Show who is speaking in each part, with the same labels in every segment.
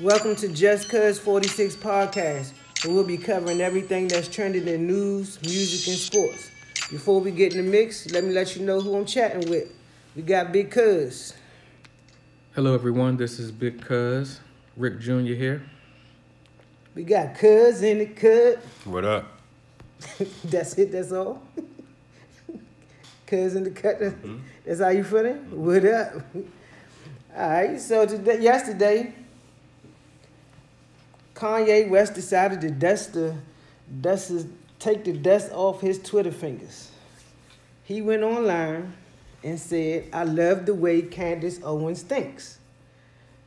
Speaker 1: Welcome to Just Cuz 46 Podcast, where we'll be covering everything that's trending in news, music, and sports. Before we get in the mix, let me let you know who I'm chatting with. We got Big Cuz.
Speaker 2: Hello, everyone. This is Big Cuz, Rick Jr. here.
Speaker 1: We got Cuz in the cut.
Speaker 3: What up?
Speaker 1: that's it, that's all. Cuz in the cut, that's, that's how you feeling? What up? all right, so today, yesterday, Kanye West decided to dust the dust his, take the dust off his Twitter fingers. He went online and said, "I love the way Candace Owens thinks."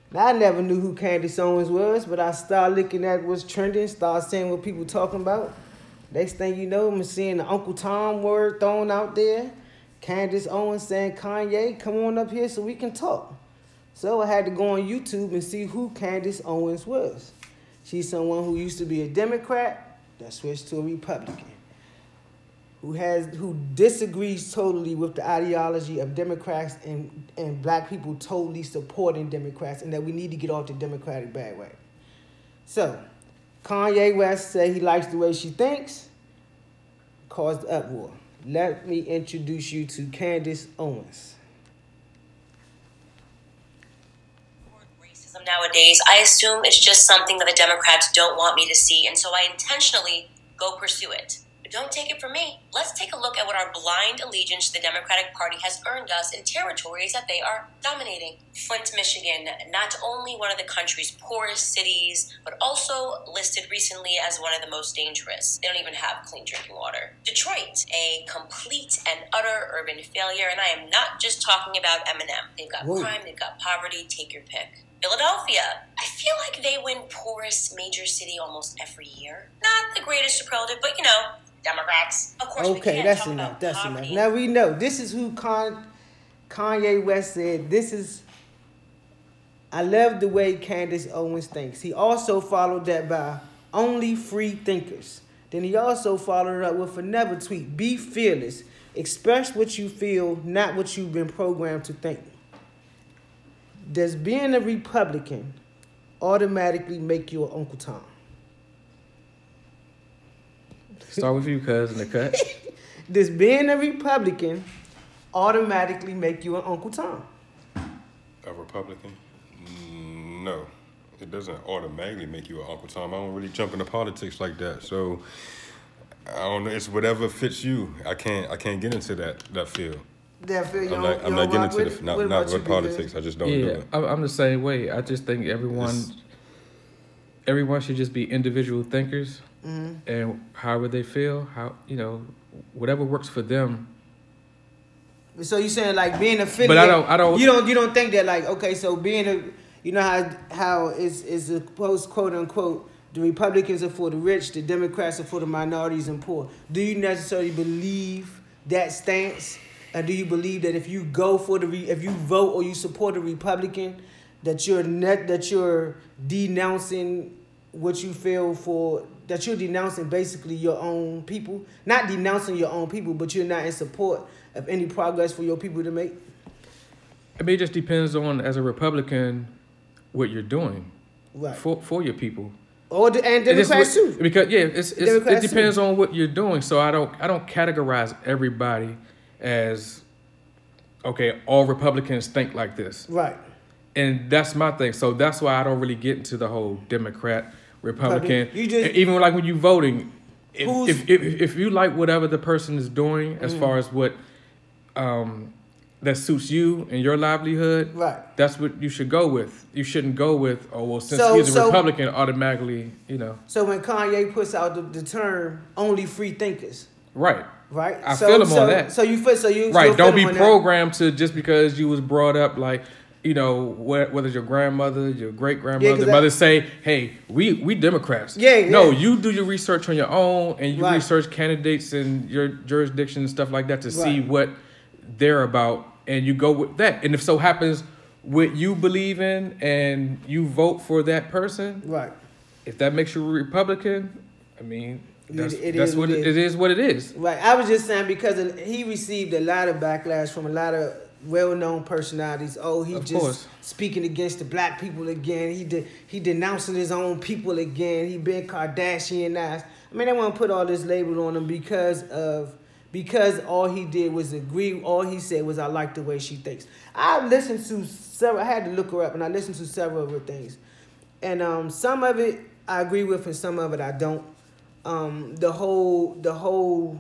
Speaker 1: Now I never knew who Candace Owens was, but I started looking at what's trending, started seeing what people talking about. Next thing you know, I'm seeing the Uncle Tom word thrown out there. Candace Owens saying, "Kanye, come on up here so we can talk." So I had to go on YouTube and see who Candace Owens was. She's someone who used to be a Democrat that switched to a Republican, who has who disagrees totally with the ideology of Democrats and, and black people totally supporting Democrats and that we need to get off the Democratic bandwagon. So Kanye West said he likes the way she thinks, caused uproar. Let me introduce you to Candace Owens.
Speaker 4: racism nowadays, I assume it's just something that the Democrats don't want me to see, and so I intentionally go pursue it. But don't take it from me. Let's take a look at what our blind allegiance to the Democratic Party has earned us in territories that they are dominating. Flint, Michigan, not only one of the country's poorest cities, but also listed recently as one of the most dangerous. They don't even have clean drinking water. Detroit, a complete and utter urban failure, and I am not just talking about Eminem. They've got
Speaker 1: Whoa.
Speaker 4: crime, they've got poverty, take your pick. Philadelphia. I feel like they win poorest major city almost every year. Not the greatest superlative, but you know, Democrats. Of course, we
Speaker 1: Okay,
Speaker 4: can't
Speaker 1: that's
Speaker 4: talk
Speaker 1: enough.
Speaker 4: about
Speaker 1: That's enough.
Speaker 4: poverty.
Speaker 1: Now we know this is who Con- Kanye West said. This is. I love the way Candace Owens thinks. He also followed that by only free thinkers. Then he also followed it up with another tweet: Be fearless. Express what you feel, not what you've been programmed to think. Does being a Republican automatically make you an Uncle Tom?
Speaker 2: Start with you, Cuz, in the cut.
Speaker 1: Does being a Republican automatically make you an Uncle Tom?
Speaker 3: A Republican? Mm, No. It doesn't automatically make you an Uncle Tom. I don't really jump into politics like that. So I don't know. It's whatever fits you. I can't I can't get into that that field.
Speaker 1: That feel you
Speaker 3: I'm
Speaker 1: don't-
Speaker 3: not,
Speaker 1: you
Speaker 3: I'm not
Speaker 1: don't
Speaker 3: getting
Speaker 1: rock
Speaker 3: into
Speaker 1: with
Speaker 3: the
Speaker 1: it?
Speaker 3: not,
Speaker 1: What
Speaker 3: not
Speaker 1: about you,
Speaker 3: with
Speaker 1: Big Ed?
Speaker 3: politics. I just don't do
Speaker 2: yeah,
Speaker 3: it.
Speaker 2: I'm I'm the same way. I just think everyone,
Speaker 3: It's-
Speaker 2: everyone should just be individual thinkers,
Speaker 3: Mm-hmm.
Speaker 2: and however they feel, how you know, whatever works for them.
Speaker 1: So you saying like being affiliate?
Speaker 2: But I don't- I don't-
Speaker 1: You don't. You don't think that like okay. So being a, you know how how is is supposed quote unquote the Republicans are for the rich, the Democrats are for the minorities and poor. Do you necessarily believe that stance, and do you believe that if you go for the re, if you vote or you support a Republican, that you're net that you're denouncing what you feel for that you're denouncing basically your own people not denouncing your own people but you're not in support of any progress for your people to make
Speaker 2: I mean, it just depends on as a Republican, what you're doing
Speaker 1: right
Speaker 2: for for your people.
Speaker 1: or the, and
Speaker 2: It just-
Speaker 1: democrats too
Speaker 2: Because yeah, it's, it's it
Speaker 1: Democrats
Speaker 2: depends on what you're doing. So I don't I don't categorize everybody as okay. All Republicans think like this.
Speaker 1: right
Speaker 2: and that's my thing. So that's why I don't really get into the whole Democrat Republican.
Speaker 1: You just-
Speaker 2: And even like when you voting, if,
Speaker 1: Who's- Mm.
Speaker 2: if, if if you like whatever the person is doing as far as what um, that suits you and your livelihood,
Speaker 1: Right.
Speaker 2: That's what you should go with. You shouldn't go with oh well since
Speaker 1: So-
Speaker 2: he's a
Speaker 1: so-
Speaker 2: Republican automatically you know
Speaker 1: so when kanye puts out the, the term only free thinkers
Speaker 2: right
Speaker 1: right
Speaker 2: I
Speaker 1: so,
Speaker 2: feel him on
Speaker 1: so,
Speaker 2: that.
Speaker 1: so you feel so you
Speaker 2: right.
Speaker 1: you'll
Speaker 2: Don't
Speaker 1: feel
Speaker 2: be
Speaker 1: him on that.
Speaker 2: programmed to just because you was brought up like you know wh- whether your grandmother, your great
Speaker 1: Yeah, 'cause
Speaker 2: grandmother,
Speaker 1: I-
Speaker 2: mother say, "Hey, we we Democrats."
Speaker 1: Yeah,
Speaker 2: No,
Speaker 1: yeah.
Speaker 2: you do your research on your own and you
Speaker 1: Right.
Speaker 2: research candidates and your jurisdiction and stuff like that to see
Speaker 1: Right.
Speaker 2: what they're about, and you go with that. And if so happens what you believe in and you vote for that person,
Speaker 1: right
Speaker 2: if that makes you a Republican, I mean. That's,
Speaker 1: it
Speaker 2: that's
Speaker 1: is
Speaker 2: what
Speaker 1: what it
Speaker 2: it is. What it is.
Speaker 1: Right. I was just saying because he received a lot of backlash from a lot of well-known personalities. Oh, he
Speaker 2: Of
Speaker 1: just
Speaker 2: course.
Speaker 1: speaking against the black people again. He de- he denouncing his own people again. He been Kardashianized. I mean, they want to put all this label on him because of because all he did was agree. All he said was, "I like the way she thinks." I listened to several. I had to look her up, and I listened to several of her things, and um, some of it I agree with, and some of it I don't. Um, the whole the whole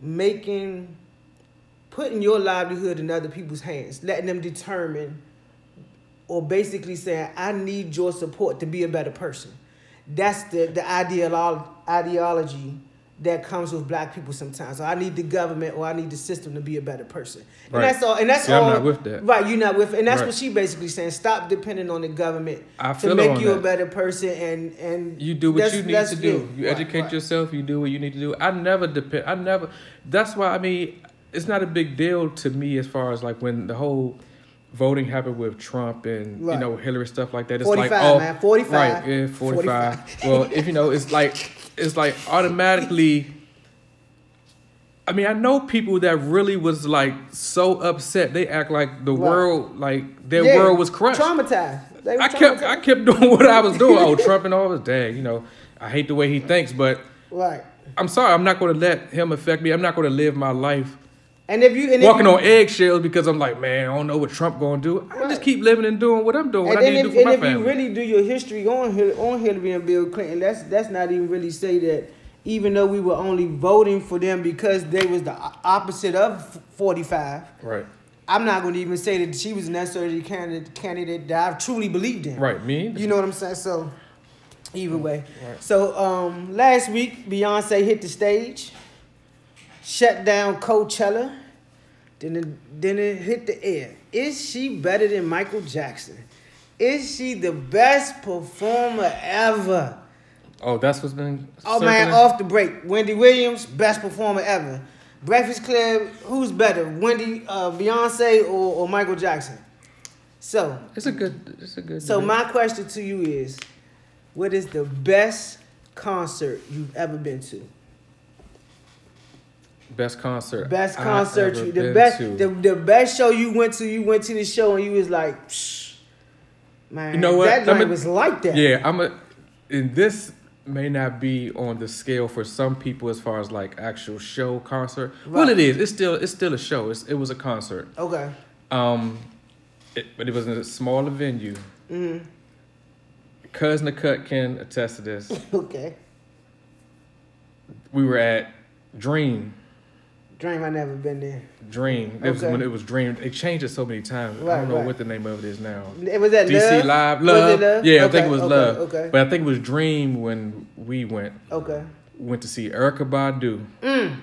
Speaker 1: making putting your livelihood in other people's hands, letting them determine or basically saying, I need your support to be a better person. That's the, the ideolo- ideology that comes with black people sometimes. I need the government or I need the system to be a better person.
Speaker 2: Right.
Speaker 1: And that's all and that's
Speaker 2: See, I'm
Speaker 1: all
Speaker 2: not with that.
Speaker 1: Right, you're not with and that's
Speaker 2: Right.
Speaker 1: what she basically saying. Stop depending on the government
Speaker 2: I
Speaker 1: to
Speaker 2: feel her
Speaker 1: make
Speaker 2: on
Speaker 1: you a
Speaker 2: that.
Speaker 1: better person and and
Speaker 2: You do what
Speaker 1: that's-
Speaker 2: you need
Speaker 1: that's
Speaker 2: to
Speaker 1: it.
Speaker 2: do. You
Speaker 1: Right,
Speaker 2: educate
Speaker 1: right.
Speaker 2: yourself. You do what you need to do. I never depend. I never. That's why I mean, it's not a big deal to me as far as like when the whole voting happened with Trump and
Speaker 1: Right.
Speaker 2: you know Hillary stuff like that. It's
Speaker 1: 45,
Speaker 2: like oh,
Speaker 1: man, 45.
Speaker 2: right, yeah, forty five. well, if you know, it's like it's like automatically. I mean, I know people that really was like so upset. They act like the
Speaker 1: Right.
Speaker 2: world, like their
Speaker 1: Yeah.
Speaker 2: world was crushed.
Speaker 1: Traumatized. They were
Speaker 2: I kept
Speaker 1: traumatized.
Speaker 2: I kept doing what I was doing. Oh, Trump and all this. Dang, you know, I hate the way he thinks, but
Speaker 1: right.
Speaker 2: I'm sorry. I'm not going to let him affect me. I'm not going to live my life
Speaker 1: And if you and if
Speaker 2: walking
Speaker 1: you-
Speaker 2: on eggshells because I'm like, man, I don't know what Trump going to do. I
Speaker 1: Right.
Speaker 2: just keep living and doing what I'm doing.
Speaker 1: And,
Speaker 2: what I
Speaker 1: and
Speaker 2: need to
Speaker 1: if,
Speaker 2: do for
Speaker 1: and
Speaker 2: my
Speaker 1: if
Speaker 2: family.
Speaker 1: you really do your history on Hil- on Hillary and Bill Clinton, that's that's not even really say that. Even though we were only voting for them because they was the o- opposite of forty five,
Speaker 2: right,
Speaker 1: I'm not going to even say that she was necessarily the candidate candidate that I truly believed in.
Speaker 2: right, me.
Speaker 1: You know what I'm saying? So, either way. So, um, last week, Beyonce hit the stage, shut down Coachella, then it, then it hit the air. Is she better than Michael Jackson? Is she the best performer ever?
Speaker 2: oh, that's what's been.
Speaker 1: Oh man,
Speaker 2: circling?
Speaker 1: off the break. Wendy Williams, best performer ever. Breakfast Club, who's better, Wendy, uh, Beyonce, or, or Michael Jackson? So,
Speaker 2: It's a good. It's a good.
Speaker 1: oh. so my question to you is, what is the best concert you've ever been to?
Speaker 2: best concert.
Speaker 1: Best
Speaker 2: I've
Speaker 1: concert
Speaker 2: ever
Speaker 1: you the
Speaker 2: been
Speaker 1: best
Speaker 2: to.
Speaker 1: the, the best show you went to, you went to the show and you was like, Psh, man,
Speaker 2: You know what?
Speaker 1: that
Speaker 2: Let
Speaker 1: night
Speaker 2: me-
Speaker 1: was like that.
Speaker 2: Yeah, I'm a. And this may not be on the scale for some people as far as like actual show concert. Well,
Speaker 1: Right.
Speaker 2: it is. It's still it's still a show. It's, it was a concert.
Speaker 1: Okay.
Speaker 2: Um, it, but it was in a smaller venue. Mm. Cousin of Cut can attest to this.
Speaker 1: Okay.
Speaker 2: We were at Dream.
Speaker 1: Dream I never been there.
Speaker 2: Dream. It was
Speaker 1: Okay.
Speaker 2: when it was Dream. It changed it so many times. I
Speaker 1: Right,
Speaker 2: don't know
Speaker 1: right.
Speaker 2: what the name of it is now.
Speaker 1: It was that
Speaker 2: DC
Speaker 1: love?
Speaker 2: Live
Speaker 1: Was it
Speaker 2: Love.
Speaker 1: Love?
Speaker 2: Yeah, I
Speaker 1: Okay,
Speaker 2: think it was
Speaker 1: okay,
Speaker 2: Love.
Speaker 1: Okay.
Speaker 2: But I think it was Dream when we went.
Speaker 1: okay.
Speaker 2: went to see Erica Badu.
Speaker 1: Mm.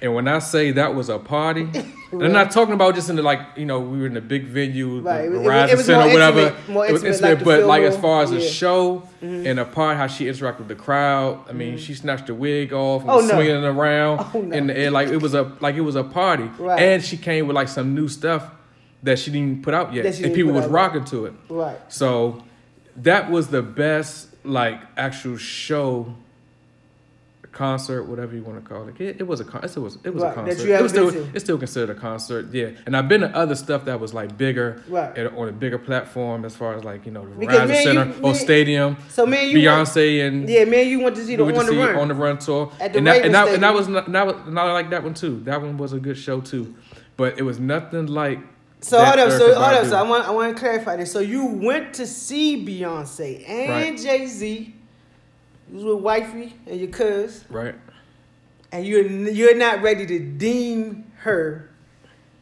Speaker 2: And when I say that was a party, and I'm not talking about just in the like, you know, we were in a big venue,
Speaker 1: Right, it
Speaker 2: the
Speaker 1: was- it was- it
Speaker 2: Verizon
Speaker 1: was
Speaker 2: Center,
Speaker 1: more
Speaker 2: or whatever.
Speaker 1: intimate- more
Speaker 2: it was
Speaker 1: intimate,
Speaker 2: intimate,
Speaker 1: like the
Speaker 2: but like as
Speaker 1: Fillmore,
Speaker 2: far as the
Speaker 1: yeah. Mm-hmm.
Speaker 2: show and the part how she interacted with the crowd, I mean, she snatched the wig off, and
Speaker 1: Oh,
Speaker 2: was
Speaker 1: no.
Speaker 2: swinging it around
Speaker 1: Oh, no.
Speaker 2: in the air, like it was a like it was a party,
Speaker 1: Right.
Speaker 2: and she came with like some new stuff that she didn't even put out yet,
Speaker 1: That she
Speaker 2: and
Speaker 1: didn't
Speaker 2: people
Speaker 1: put
Speaker 2: was
Speaker 1: out yet.
Speaker 2: rocking to it.
Speaker 1: Right.
Speaker 2: So that was the best like actual show concert, whatever you want to call it. It, it was a concert. It was it was
Speaker 1: Right, that
Speaker 2: a concert.
Speaker 1: you
Speaker 2: it was
Speaker 1: haven't
Speaker 2: still
Speaker 1: been to.
Speaker 2: it's still considered a concert. Yeah, and I've been to other stuff that was like bigger,
Speaker 1: Right.
Speaker 2: and, on a bigger platform as far as like you know the
Speaker 1: Because me
Speaker 2: Verizon
Speaker 1: and
Speaker 2: Center
Speaker 1: you-
Speaker 2: or
Speaker 1: me-
Speaker 2: stadium.
Speaker 1: So man, you went-
Speaker 2: Beyonce and
Speaker 1: yeah, man, you went to see the
Speaker 2: we went
Speaker 1: on
Speaker 2: to
Speaker 1: the
Speaker 2: see
Speaker 1: run.
Speaker 2: on the run tour,
Speaker 1: At the
Speaker 2: and that,
Speaker 1: Ravens
Speaker 2: and, that, and that
Speaker 1: Stadium.
Speaker 2: was not, that was not like that one too. That one was a good show too, but it was nothing like.
Speaker 1: So
Speaker 2: that
Speaker 1: hold up, so
Speaker 2: Erykah
Speaker 1: hold up,
Speaker 2: Badu.
Speaker 1: so I want I want to clarify this. So you went to see Beyonce and
Speaker 2: Right.
Speaker 1: Jay Z. You was with wifey and your cuz,
Speaker 2: right.
Speaker 1: and you're n- you're not ready to deem her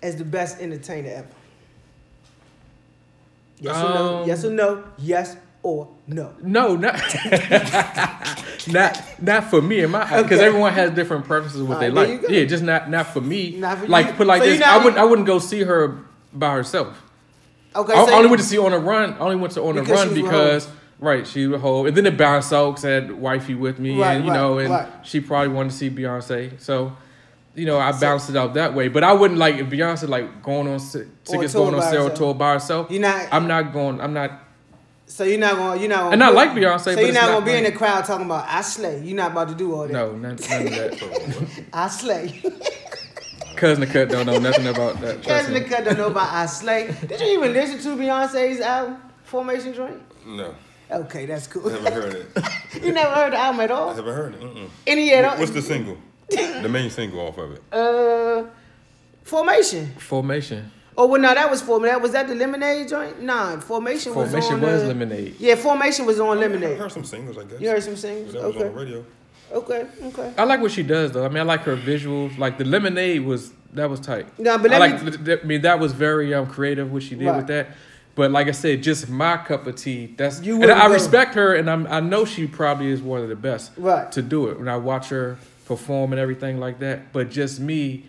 Speaker 1: as the best entertainer ever. Yes or no?
Speaker 2: Um,
Speaker 1: Yes or no? Yes or no?
Speaker 2: No, not not not for me in my eyes because
Speaker 1: Okay.
Speaker 2: everyone has different preferences of what
Speaker 1: All
Speaker 2: they
Speaker 1: right, there you
Speaker 2: like.
Speaker 1: go.
Speaker 2: Yeah, just not not for me.
Speaker 1: Not for
Speaker 2: like
Speaker 1: you.
Speaker 2: put like
Speaker 1: So you're
Speaker 2: this,
Speaker 1: not
Speaker 2: I wouldn't
Speaker 1: even-
Speaker 2: I wouldn't go see her by herself.
Speaker 1: Okay,
Speaker 2: I
Speaker 1: so
Speaker 2: only
Speaker 1: you-
Speaker 2: went to see on a run. I only went to on a
Speaker 1: Because she
Speaker 2: run
Speaker 1: was with
Speaker 2: because right she was whole, and then it bounced out. 'cause I had wifey with me,
Speaker 1: Right,
Speaker 2: and you
Speaker 1: right,
Speaker 2: know, and
Speaker 1: right.
Speaker 2: she probably wanted to see Beyonce, so. You know, I bounced it out that way, but I wouldn't like if Beyonce like going on s- tickets
Speaker 1: tour
Speaker 2: going on
Speaker 1: by
Speaker 2: sale
Speaker 1: herself.
Speaker 2: tour by herself.
Speaker 1: You're not-
Speaker 2: I'm not going. I'm not.
Speaker 1: so you're not gonna you're not gonna
Speaker 2: And I
Speaker 1: put-
Speaker 2: like Beyonce,
Speaker 1: So
Speaker 2: but
Speaker 1: you're
Speaker 2: it's
Speaker 1: not
Speaker 2: not
Speaker 1: gonna be in the
Speaker 2: like-
Speaker 1: crowd talking about I slay. You're not about to do all that.
Speaker 2: No, none, none of that.
Speaker 1: I slay.
Speaker 2: cousin cut don't know nothing about that. trust
Speaker 1: Cousin
Speaker 2: me.
Speaker 1: the cut don't know about I slay. Did you even listen to Beyonce's album Formation Drink?
Speaker 3: No,
Speaker 1: Okay, that's cool.
Speaker 3: haven't heard it.
Speaker 1: you never heard the album at
Speaker 3: I
Speaker 1: all?
Speaker 3: haven't heard it. Mm-mm.
Speaker 1: Any at all?
Speaker 3: What's the single? the main single off of it.
Speaker 1: uh Formation?
Speaker 2: Formation.
Speaker 1: Oh well, no, that was Formation. That was that the Lemonade joint? Nah, Formation was
Speaker 2: Formation
Speaker 1: on,
Speaker 2: was
Speaker 1: uh,
Speaker 2: Lemonade.
Speaker 1: Yeah, Formation was on
Speaker 3: I
Speaker 1: Lemonade.
Speaker 3: heard some singles, I guess.
Speaker 1: You heard some
Speaker 3: That
Speaker 1: singles?
Speaker 3: was on the
Speaker 1: Okay,
Speaker 3: radio.
Speaker 1: okay, okay.
Speaker 2: I like what she does though. I mean, I like her visuals. Like the lemonade was that was tight.
Speaker 1: No, but
Speaker 2: I
Speaker 1: let
Speaker 2: like. I mean, that was very um creative what she did
Speaker 1: Right.
Speaker 2: with that. But like I said, just my cup of tea. That's
Speaker 1: You
Speaker 2: and
Speaker 1: wouldn't
Speaker 2: I
Speaker 1: go.
Speaker 2: respect her, and I'm I know she probably is one of the best
Speaker 1: Right.
Speaker 2: to do it. When I watch her perform and everything like that, but just me,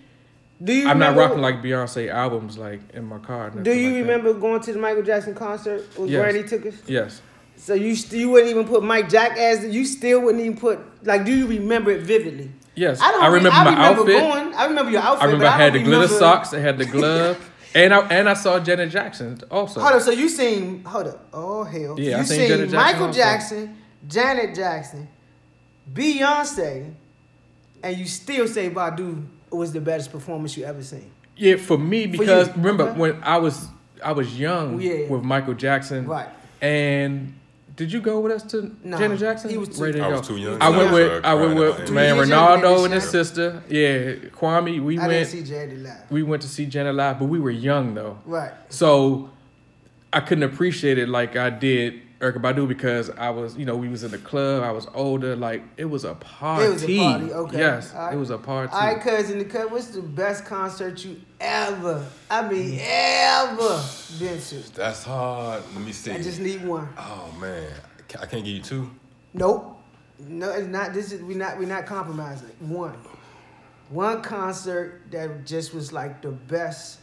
Speaker 1: Do you
Speaker 2: I'm not
Speaker 1: remember-
Speaker 2: rocking like Beyonce albums like in my car. and
Speaker 1: Do
Speaker 2: nothing
Speaker 1: you
Speaker 2: like that.
Speaker 1: remember going to the Michael Jackson concert with
Speaker 2: Yes.
Speaker 1: Granny took us?
Speaker 2: Yes.
Speaker 1: So you st- you wouldn't even put Mike Jack as you still wouldn't even put like do you remember it vividly?
Speaker 2: Yes.
Speaker 1: I don't.
Speaker 2: I remember
Speaker 1: I
Speaker 2: my
Speaker 1: remember
Speaker 2: outfit.
Speaker 1: Going, I remember your outfit.
Speaker 2: I remember
Speaker 1: but
Speaker 2: I had the
Speaker 1: don't
Speaker 2: glitter
Speaker 1: remember-
Speaker 2: socks. I had the glove, and I and I saw Janet Jackson also.
Speaker 1: Hold up. So you seen? Hold up. Oh hell.
Speaker 2: Yeah, I
Speaker 1: you
Speaker 2: seen Janet Jackson
Speaker 1: Michael
Speaker 2: also.
Speaker 1: Jackson, Janet Jackson, Beyonce, and you still say Badu was the best performance you ever seen.
Speaker 2: Yeah, for me because
Speaker 1: you.
Speaker 2: remember
Speaker 1: Okay.
Speaker 2: when I was I was young
Speaker 1: Yeah.
Speaker 2: with Michael Jackson,
Speaker 1: Right.
Speaker 2: And did you go with us to
Speaker 1: Nah,
Speaker 2: Janet Jackson?
Speaker 1: he was too-
Speaker 2: Ready to
Speaker 3: I was
Speaker 2: go.
Speaker 3: too young.
Speaker 2: I went
Speaker 3: Yeah.
Speaker 2: with I went with
Speaker 3: Too
Speaker 2: man
Speaker 1: young.
Speaker 2: Ronaldo and
Speaker 1: Yeah.
Speaker 2: his sister. Yeah, Kwame. We
Speaker 1: I
Speaker 2: went
Speaker 1: didn't see Janet live.
Speaker 2: we went to see Janet live, but we were young though.
Speaker 1: Right.
Speaker 2: So I couldn't appreciate it like I did Erica Badu because I was, you know, we was in the club. I was older. Like it was a party.
Speaker 1: It was a party. Okay.
Speaker 2: Yes,
Speaker 1: All right.
Speaker 2: it was a party.
Speaker 1: All right, cousin, the cut. What's the best concert you ever? I mean, ever been to?
Speaker 3: That's hard. Let me see.
Speaker 1: I just need one.
Speaker 3: oh man, Ca- I can't give you two.
Speaker 1: Nope. No, it's not. This is we not we not compromising. One, one concert that just was like the best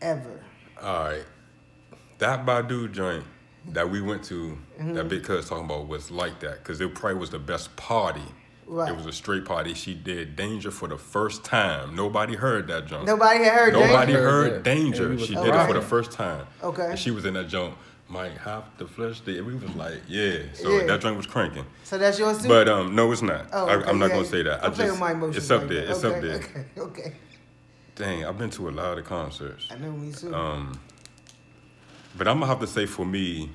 Speaker 1: ever.
Speaker 3: All right, that Badu joint that we went to,
Speaker 1: Mm-hmm.
Speaker 3: that Big Cuz talking about was like that because it probably was the best party.
Speaker 1: Right.
Speaker 3: It was a straight party. She did Danger for the first time. Nobody heard that joint.
Speaker 1: Nobody had heard
Speaker 3: Nobody
Speaker 1: that.
Speaker 3: heard
Speaker 2: Yeah. And we
Speaker 3: Danger.
Speaker 2: was
Speaker 3: She did it for the
Speaker 1: alright.
Speaker 3: first time.
Speaker 1: Okay.
Speaker 3: And she was in that joint. Mike hop the flesh. The, we was like, yeah. So
Speaker 1: Yeah.
Speaker 3: that joint was cranking.
Speaker 1: So that's yours too.
Speaker 3: But um, no, it's not.
Speaker 1: Oh,
Speaker 3: I,
Speaker 1: okay,
Speaker 3: I'm not
Speaker 1: yeah.
Speaker 3: gonna say that. I
Speaker 1: I'm playing
Speaker 3: just
Speaker 1: with my emotions
Speaker 3: it's up
Speaker 1: like
Speaker 3: there.
Speaker 1: that.
Speaker 3: It's
Speaker 1: okay,
Speaker 3: up there.
Speaker 1: Okay, okay.
Speaker 3: Dang, I've been to a lot of concerts,
Speaker 1: I know me too.
Speaker 3: Um, but I'm gonna have to say for me,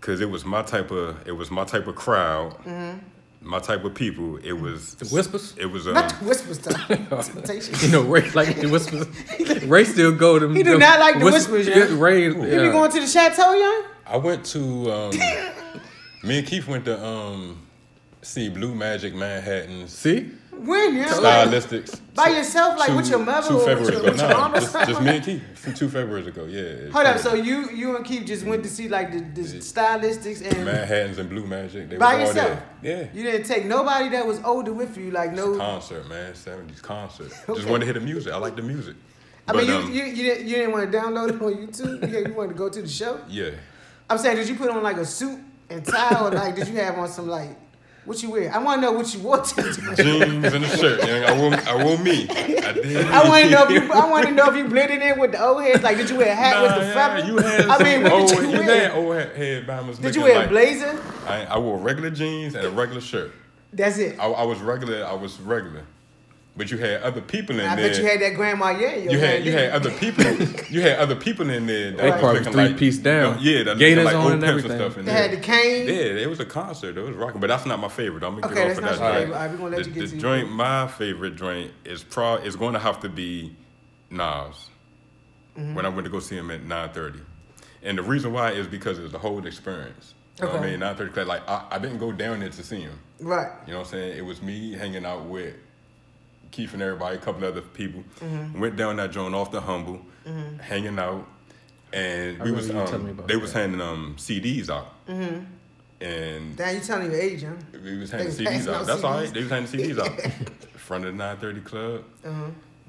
Speaker 3: because it was my type of it was my type of crowd,
Speaker 1: Mm-hmm.
Speaker 3: my type of people. It was
Speaker 2: The Whispers?
Speaker 3: It was
Speaker 1: not
Speaker 3: um,
Speaker 1: the whisper stuff.
Speaker 2: you know, Ray like the whispers. Ray still go to
Speaker 1: He do not like the whispers, yeah.
Speaker 2: Ray,
Speaker 1: You
Speaker 2: yeah.
Speaker 1: be going to the chateau, young?
Speaker 3: I went to um, me and Keith went to um, see Blue Magic Manhattan
Speaker 2: see.
Speaker 1: When, young? Like,
Speaker 3: stylistics.
Speaker 1: by yourself, like with your mother
Speaker 3: two
Speaker 1: or with
Speaker 3: Februaries
Speaker 1: your,
Speaker 3: ago.
Speaker 1: with your
Speaker 3: Nah,
Speaker 1: mama?
Speaker 3: just, just me and Keith. From two Februaries ago, yeah.
Speaker 1: Hold up. So you you and Keith just went to see like the, the stylistics and
Speaker 3: Manhattan's and Blue Magic. They
Speaker 1: by
Speaker 3: was all
Speaker 1: yourself.
Speaker 3: There. Yeah.
Speaker 1: You didn't take nobody that was older with you. Like no.
Speaker 3: Concert, man. 70s concert.
Speaker 1: Okay.
Speaker 3: Just wanted to hear the music. I like the music.
Speaker 1: I mean,
Speaker 3: But,
Speaker 1: you,
Speaker 3: um,
Speaker 1: you, you, didn't, you didn't want to download it on YouTube. You, you wanted to go to the show.
Speaker 3: Yeah.
Speaker 1: I'm saying, did you put on like a suit and tie, or like did you have on some like what you wear? I want to know what you wore to. the-
Speaker 3: Jeans and a shirt. man. I wore, I wore me. I did.
Speaker 1: I want to know if you. I want to know if you blended in with the old heads. Like, did you wear a hat with the feather?
Speaker 3: you had
Speaker 1: I mean,
Speaker 3: some
Speaker 1: what
Speaker 3: old,
Speaker 1: did you
Speaker 3: had
Speaker 1: wear?
Speaker 3: old head, head Bama's
Speaker 1: Did you
Speaker 3: looking
Speaker 1: wear a
Speaker 3: like-
Speaker 1: blazer?
Speaker 3: I, I wore regular jeans and a regular shirt.
Speaker 1: That's it.
Speaker 3: I, I was regular. I was regular. But you had other people in
Speaker 1: I
Speaker 3: there.
Speaker 1: bet you had that grandma. Yeah, in your
Speaker 3: You
Speaker 1: hand,
Speaker 3: had you
Speaker 1: didn't
Speaker 3: had other people you had other people in there. That
Speaker 2: They
Speaker 3: was
Speaker 2: probably
Speaker 3: looking
Speaker 2: three piece down.
Speaker 3: Yeah, that looking
Speaker 2: Gators
Speaker 3: like
Speaker 2: on
Speaker 3: old
Speaker 2: and
Speaker 3: pimps
Speaker 2: everything.
Speaker 3: stuff in
Speaker 1: They
Speaker 3: there.
Speaker 1: had the cane.
Speaker 3: Yeah, it was a concert. It was rocking, but that's not my favorite. I'm gonna
Speaker 1: Okay,
Speaker 3: get off
Speaker 1: that's not
Speaker 3: of that.
Speaker 1: your
Speaker 3: joint.
Speaker 1: favorite. All right, we gonna let
Speaker 3: the,
Speaker 1: you get
Speaker 3: the
Speaker 1: to your
Speaker 3: joint. My favorite joint is pro. Is going to have to be Nas.
Speaker 1: Mm-hmm.
Speaker 3: When I went to go see him at 9:30, and the reason why is because it was the whole experience. You know what
Speaker 1: Okay.
Speaker 3: I mean? 9:30. 'cause, Like I, I didn't go down there to see him.
Speaker 1: Right.
Speaker 3: You know what I'm saying? It was me hanging out with Keith and everybody, a couple other people.
Speaker 1: Mm-hmm.
Speaker 3: Went down that joint off the humble, hanging out, and we
Speaker 2: remember
Speaker 3: was
Speaker 2: you telling me
Speaker 3: um,
Speaker 2: about
Speaker 3: they was
Speaker 2: that.
Speaker 3: handing um, CDs out,
Speaker 1: Mm-hmm.
Speaker 3: and
Speaker 1: Damn, you telling your age, huh?
Speaker 3: we was handing
Speaker 1: was
Speaker 3: CDs
Speaker 1: passing
Speaker 3: out.
Speaker 1: out
Speaker 3: That's all
Speaker 1: CDs.
Speaker 3: right. They was handing CDs out in front of the 930 Club,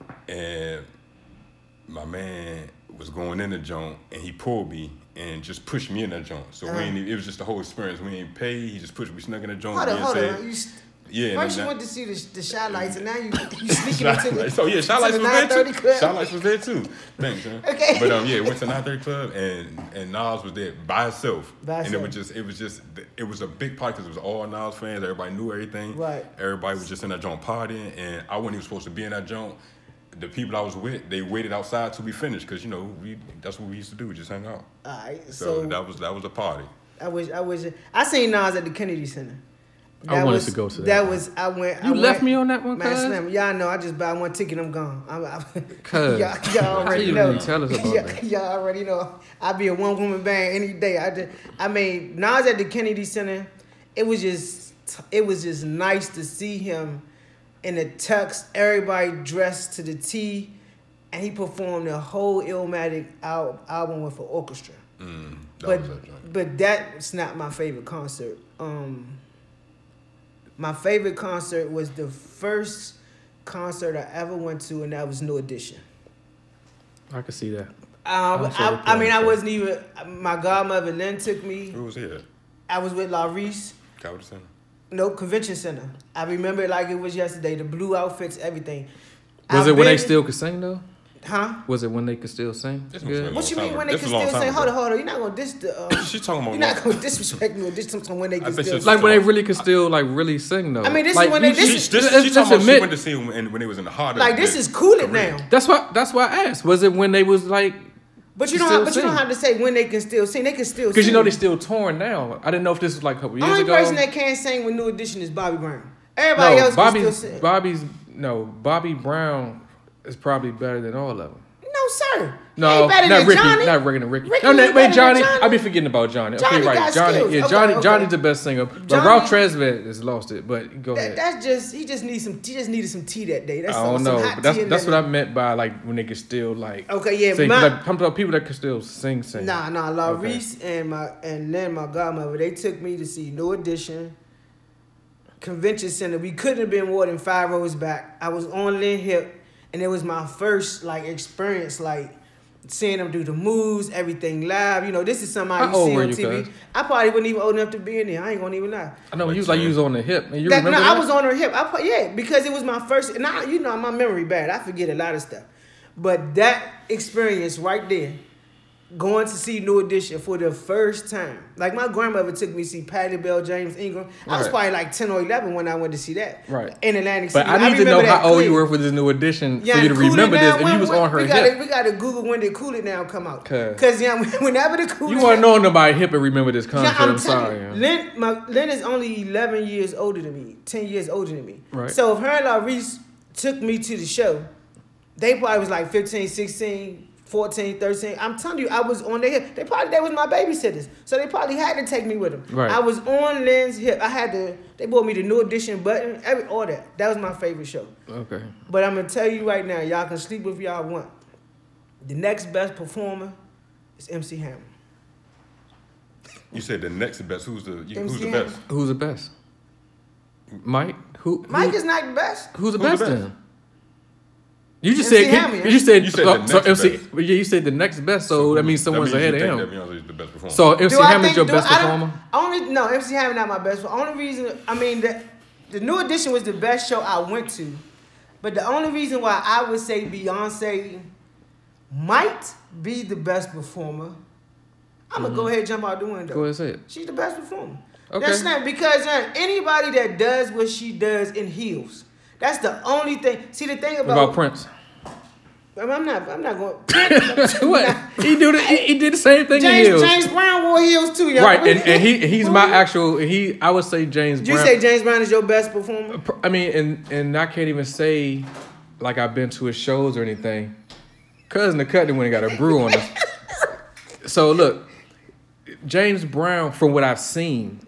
Speaker 1: Uh-huh.
Speaker 3: and my man was going in the joint, and he pulled me. And just pushed me in that joint. So
Speaker 1: Uh-huh.
Speaker 3: we ain't, even- it was just the whole experience. We ain't paid. He just pushed me, snuck in the joint.
Speaker 1: Hold
Speaker 3: we
Speaker 1: on,
Speaker 3: ain't
Speaker 1: hold
Speaker 3: said-
Speaker 1: on. You st-
Speaker 3: Yeah, and
Speaker 1: First you
Speaker 3: then that-
Speaker 1: went to see the, the shy lights, and now you you sneaking into the.
Speaker 3: Shotlights. Oh yeah,
Speaker 1: to
Speaker 3: Shotlights
Speaker 1: the
Speaker 3: was there
Speaker 1: 9:30
Speaker 3: too.
Speaker 1: club.
Speaker 3: Shotlights was there too. Thanks, man.
Speaker 1: Okay.
Speaker 3: But um, yeah, went to 9:30 club and and Nas was there by himself.
Speaker 1: By
Speaker 3: and
Speaker 1: himself.
Speaker 3: it was just it was just it was a big party because it was all Nas fans. Everybody knew everything.
Speaker 1: Right.
Speaker 3: Everybody was just in that joint partying, and I wasn't even supposed to be in that joint. the people I was with, they waited outside till we finished because you know we that's what we used to do, just hang out.
Speaker 1: All right,
Speaker 3: So,
Speaker 1: so,
Speaker 3: that was that was a party.
Speaker 1: I wish I wish I seen Nas at the Kennedy Center.
Speaker 2: I wanted to go to that.
Speaker 1: That was I went.
Speaker 2: You
Speaker 1: I
Speaker 2: left
Speaker 1: went-
Speaker 2: me on that one,
Speaker 1: Man,
Speaker 2: cuz?
Speaker 1: slam. Y'all know I just buy one ticket. I'm gone. I'm, I, y'all,
Speaker 2: Cuz.
Speaker 1: y'all
Speaker 2: You
Speaker 1: already
Speaker 2: didn't
Speaker 1: know.
Speaker 2: even tell us about
Speaker 1: y'all,
Speaker 2: that.
Speaker 1: y'all already know. I'd be a one woman band any day. I just, I mean, Nas at the Kennedy Center. It was just, it was just nice to see him in the tux. Everybody dressed to the T, and he performed the whole Illmatic al- album with an orchestra
Speaker 3: That was that
Speaker 1: but
Speaker 3: joint.
Speaker 1: but that's not my favorite concert. Um, my favorite concert was the first concert I ever went to, and that was New Edition.
Speaker 2: I could see that.
Speaker 1: Um,
Speaker 2: I'm sorry,
Speaker 1: I, I mean, I
Speaker 2: Paul.
Speaker 1: wasn't even. My godmother then took me.
Speaker 3: Who was here?
Speaker 1: I was with Laurice.
Speaker 3: Coward Center.
Speaker 1: No convention center. I remember it like it was yesterday. The blue outfits, everything.
Speaker 2: Was
Speaker 1: I've
Speaker 2: it when they
Speaker 1: been-
Speaker 2: still could sing though?
Speaker 1: Huh?
Speaker 2: Was it when they could still sing?
Speaker 3: This was
Speaker 2: Yeah.
Speaker 3: like-
Speaker 1: What you
Speaker 3: time
Speaker 1: mean when
Speaker 3: ago.
Speaker 1: they
Speaker 3: This
Speaker 1: can
Speaker 3: was a long
Speaker 1: still say,
Speaker 3: time
Speaker 1: hold on,
Speaker 3: ago.
Speaker 1: hold on, you're not gonna dis the, um,
Speaker 3: She talking about
Speaker 1: you're not
Speaker 3: long-
Speaker 1: gonna disrespect me or disrespect when they can
Speaker 3: think
Speaker 1: still
Speaker 3: she was
Speaker 2: Like when they really could still like really sing though.
Speaker 1: I mean, this is
Speaker 2: Like,
Speaker 1: when
Speaker 2: you
Speaker 1: they- this
Speaker 2: should-
Speaker 1: is-
Speaker 3: She, this,
Speaker 2: let's-
Speaker 3: she
Speaker 2: let's
Speaker 3: talking about she
Speaker 2: admit-
Speaker 3: went to see him when, when it was in the heart. of
Speaker 1: Like this
Speaker 3: the-
Speaker 1: is cool it
Speaker 3: career.
Speaker 1: now.
Speaker 2: That's why. That's why I asked. Was it when they was like?
Speaker 1: But you
Speaker 2: can
Speaker 1: don't. Have,
Speaker 2: still
Speaker 1: but you don't
Speaker 2: sing.
Speaker 1: have to say when they can still sing. They can still.
Speaker 2: Because you
Speaker 1: sing.
Speaker 2: know they still torn now. I didn't know if this was like a couple years
Speaker 1: Only
Speaker 2: ago.
Speaker 1: person that can't sing with New Edition is Bobby Brown. Everybody
Speaker 2: no,
Speaker 1: else can
Speaker 2: Bobby's
Speaker 1: still sing.
Speaker 2: Bobby's no Bobby Brown is probably better than all of them.
Speaker 1: no sir. He
Speaker 2: No,
Speaker 1: ain't better
Speaker 2: not
Speaker 1: than
Speaker 2: Ricky,
Speaker 1: Johnny.
Speaker 2: not Ricky, Ricky.
Speaker 1: Ricky
Speaker 2: no,
Speaker 1: ain't
Speaker 2: no,
Speaker 1: better
Speaker 2: wait,
Speaker 1: than
Speaker 2: Johnny.
Speaker 1: Johnny.
Speaker 2: I be forgetting about Johnny.
Speaker 1: Johnny
Speaker 2: okay, right,
Speaker 1: got
Speaker 2: Johnny.
Speaker 1: skills.
Speaker 2: Yeah,
Speaker 1: Okay,
Speaker 2: Johnny.
Speaker 1: okay.
Speaker 2: Johnny's the best singer. But
Speaker 1: Johnny-
Speaker 2: Ralph Tresvant has lost it. But go
Speaker 1: That,
Speaker 2: ahead.
Speaker 1: that's just he just needs some. He just needed some tea that day. That's
Speaker 2: I
Speaker 1: some,
Speaker 2: don't know,
Speaker 1: Some hot
Speaker 2: but that's
Speaker 1: tea in
Speaker 2: that's
Speaker 1: that
Speaker 2: what I meant by like when they could still like.
Speaker 1: Okay, yeah,
Speaker 2: sing.
Speaker 1: my-
Speaker 2: 'Cause, like, I'm talking about people that could still sing, sing.
Speaker 1: Nah, nah, Laurice and my and then my godmother, they took me to see New Edition Convention Center. We couldn't have been more than five rows back. I was on Lynn Hip and it was my first like experience like seeing them do the moves, everything live. You know, this is something I
Speaker 2: How
Speaker 1: used to
Speaker 2: old
Speaker 1: see
Speaker 2: were
Speaker 1: on
Speaker 2: you,
Speaker 1: TV.
Speaker 2: cuz?
Speaker 1: I probably wasn't even old enough to be in there. I ain't gonna even lie.
Speaker 2: I know
Speaker 3: Like
Speaker 2: you was like
Speaker 3: ten.
Speaker 2: you was on the hip, and you
Speaker 1: That, no,
Speaker 2: remember
Speaker 1: I
Speaker 2: that?
Speaker 1: was on her hip. I put, yeah, because it was my first. And I, you know, my memory bad. I forget a lot of stuff. But that experience right there, going to see New Edition for the first time. Like my grandmother took me to see Patty Bell, James Ingram. I was
Speaker 2: Right.
Speaker 1: probably like ten or eleven when I went to see that.
Speaker 2: Right.
Speaker 1: in Atlantic City.
Speaker 2: But I need to know
Speaker 1: remember
Speaker 2: how
Speaker 1: that
Speaker 2: old you
Speaker 1: clear.
Speaker 2: were for this new edition
Speaker 1: Yeah,
Speaker 2: for you to
Speaker 1: and Cool It
Speaker 2: remember this.
Speaker 1: Now,
Speaker 2: If
Speaker 1: when-
Speaker 2: you was
Speaker 1: when-
Speaker 2: on her
Speaker 1: we gotta,
Speaker 2: hip,
Speaker 1: we gotta Google when did Cool It Now come out.
Speaker 2: 'Kay.
Speaker 1: Cause yeah, whenever the Cool
Speaker 2: you
Speaker 1: It
Speaker 2: want to
Speaker 1: Now-
Speaker 2: know nobody hip and remember this
Speaker 1: yeah,
Speaker 2: concert.
Speaker 1: I'm,
Speaker 2: I'm sorry.
Speaker 1: telling you,
Speaker 2: yeah.
Speaker 1: Lynn, my, Lynn is only 11 years older than me, 10 years older than me.
Speaker 2: Right.
Speaker 1: So if her and Laurice took me to the show, they probably was like 15, 16, 14, 13. I'm telling you, I was on their hip. They probably, they was my babysitters. So they probably had to take me with them.
Speaker 2: Right.
Speaker 1: I was on Lynn's hip. I had to, they bought me the new edition button, every, all that. That was my favorite show.
Speaker 2: Okay.
Speaker 1: But I'm gonna tell you right now, y'all can sleep if y'all want. The next best performer is MC Hammer.
Speaker 3: You said the next best. Who's the you, who's the
Speaker 1: MCM.
Speaker 3: best?
Speaker 2: Who's the best? Mike. Who? who-
Speaker 1: Mike is not the best.
Speaker 2: Who's the
Speaker 3: who's the
Speaker 2: best
Speaker 3: best?
Speaker 2: then? You just
Speaker 1: MC
Speaker 2: said
Speaker 1: Hammer, yeah.
Speaker 2: you said
Speaker 3: You said
Speaker 2: oh,
Speaker 3: the
Speaker 2: so
Speaker 3: next
Speaker 2: MC.
Speaker 3: best.
Speaker 2: Yeah, you said the next best. So Oh, that means someone's
Speaker 3: that means
Speaker 2: ahead of
Speaker 3: you
Speaker 2: him.
Speaker 3: think That Beyonce's the best performer.
Speaker 2: So MC
Speaker 1: I
Speaker 2: Hammer's
Speaker 1: think-
Speaker 2: your
Speaker 1: do-
Speaker 2: best
Speaker 1: I don't-
Speaker 2: performer.
Speaker 1: Only no, MC Hammer not my best. But only reason I mean the the new edition was the best show I went to, but the only reason why I would say Beyonce might be the best performer. I'm gonna go ahead and jump out the window.
Speaker 2: Mm-hmm. Go ahead, say it.
Speaker 1: She's the best performer.
Speaker 2: Okay.
Speaker 1: That's not because uh, anybody that does what she does in heels. That's the only thing. See the thing
Speaker 2: What
Speaker 1: about,
Speaker 2: about Prince?
Speaker 1: I'm not. I'm not going.
Speaker 2: what he do? The, he, he did the same thing. in
Speaker 1: James
Speaker 2: heels.
Speaker 1: James Brown wore heels too, y'all.
Speaker 2: Right, and, and he he's my actual he. I would say James.
Speaker 1: Did you
Speaker 2: Brown.
Speaker 1: say James Brown is your best performer?
Speaker 2: Pr- I mean, and and I can't even say like I've been to his shows or anything. Cousin the cutting went and got a brew on us. so look, James Brown, from what I've seen,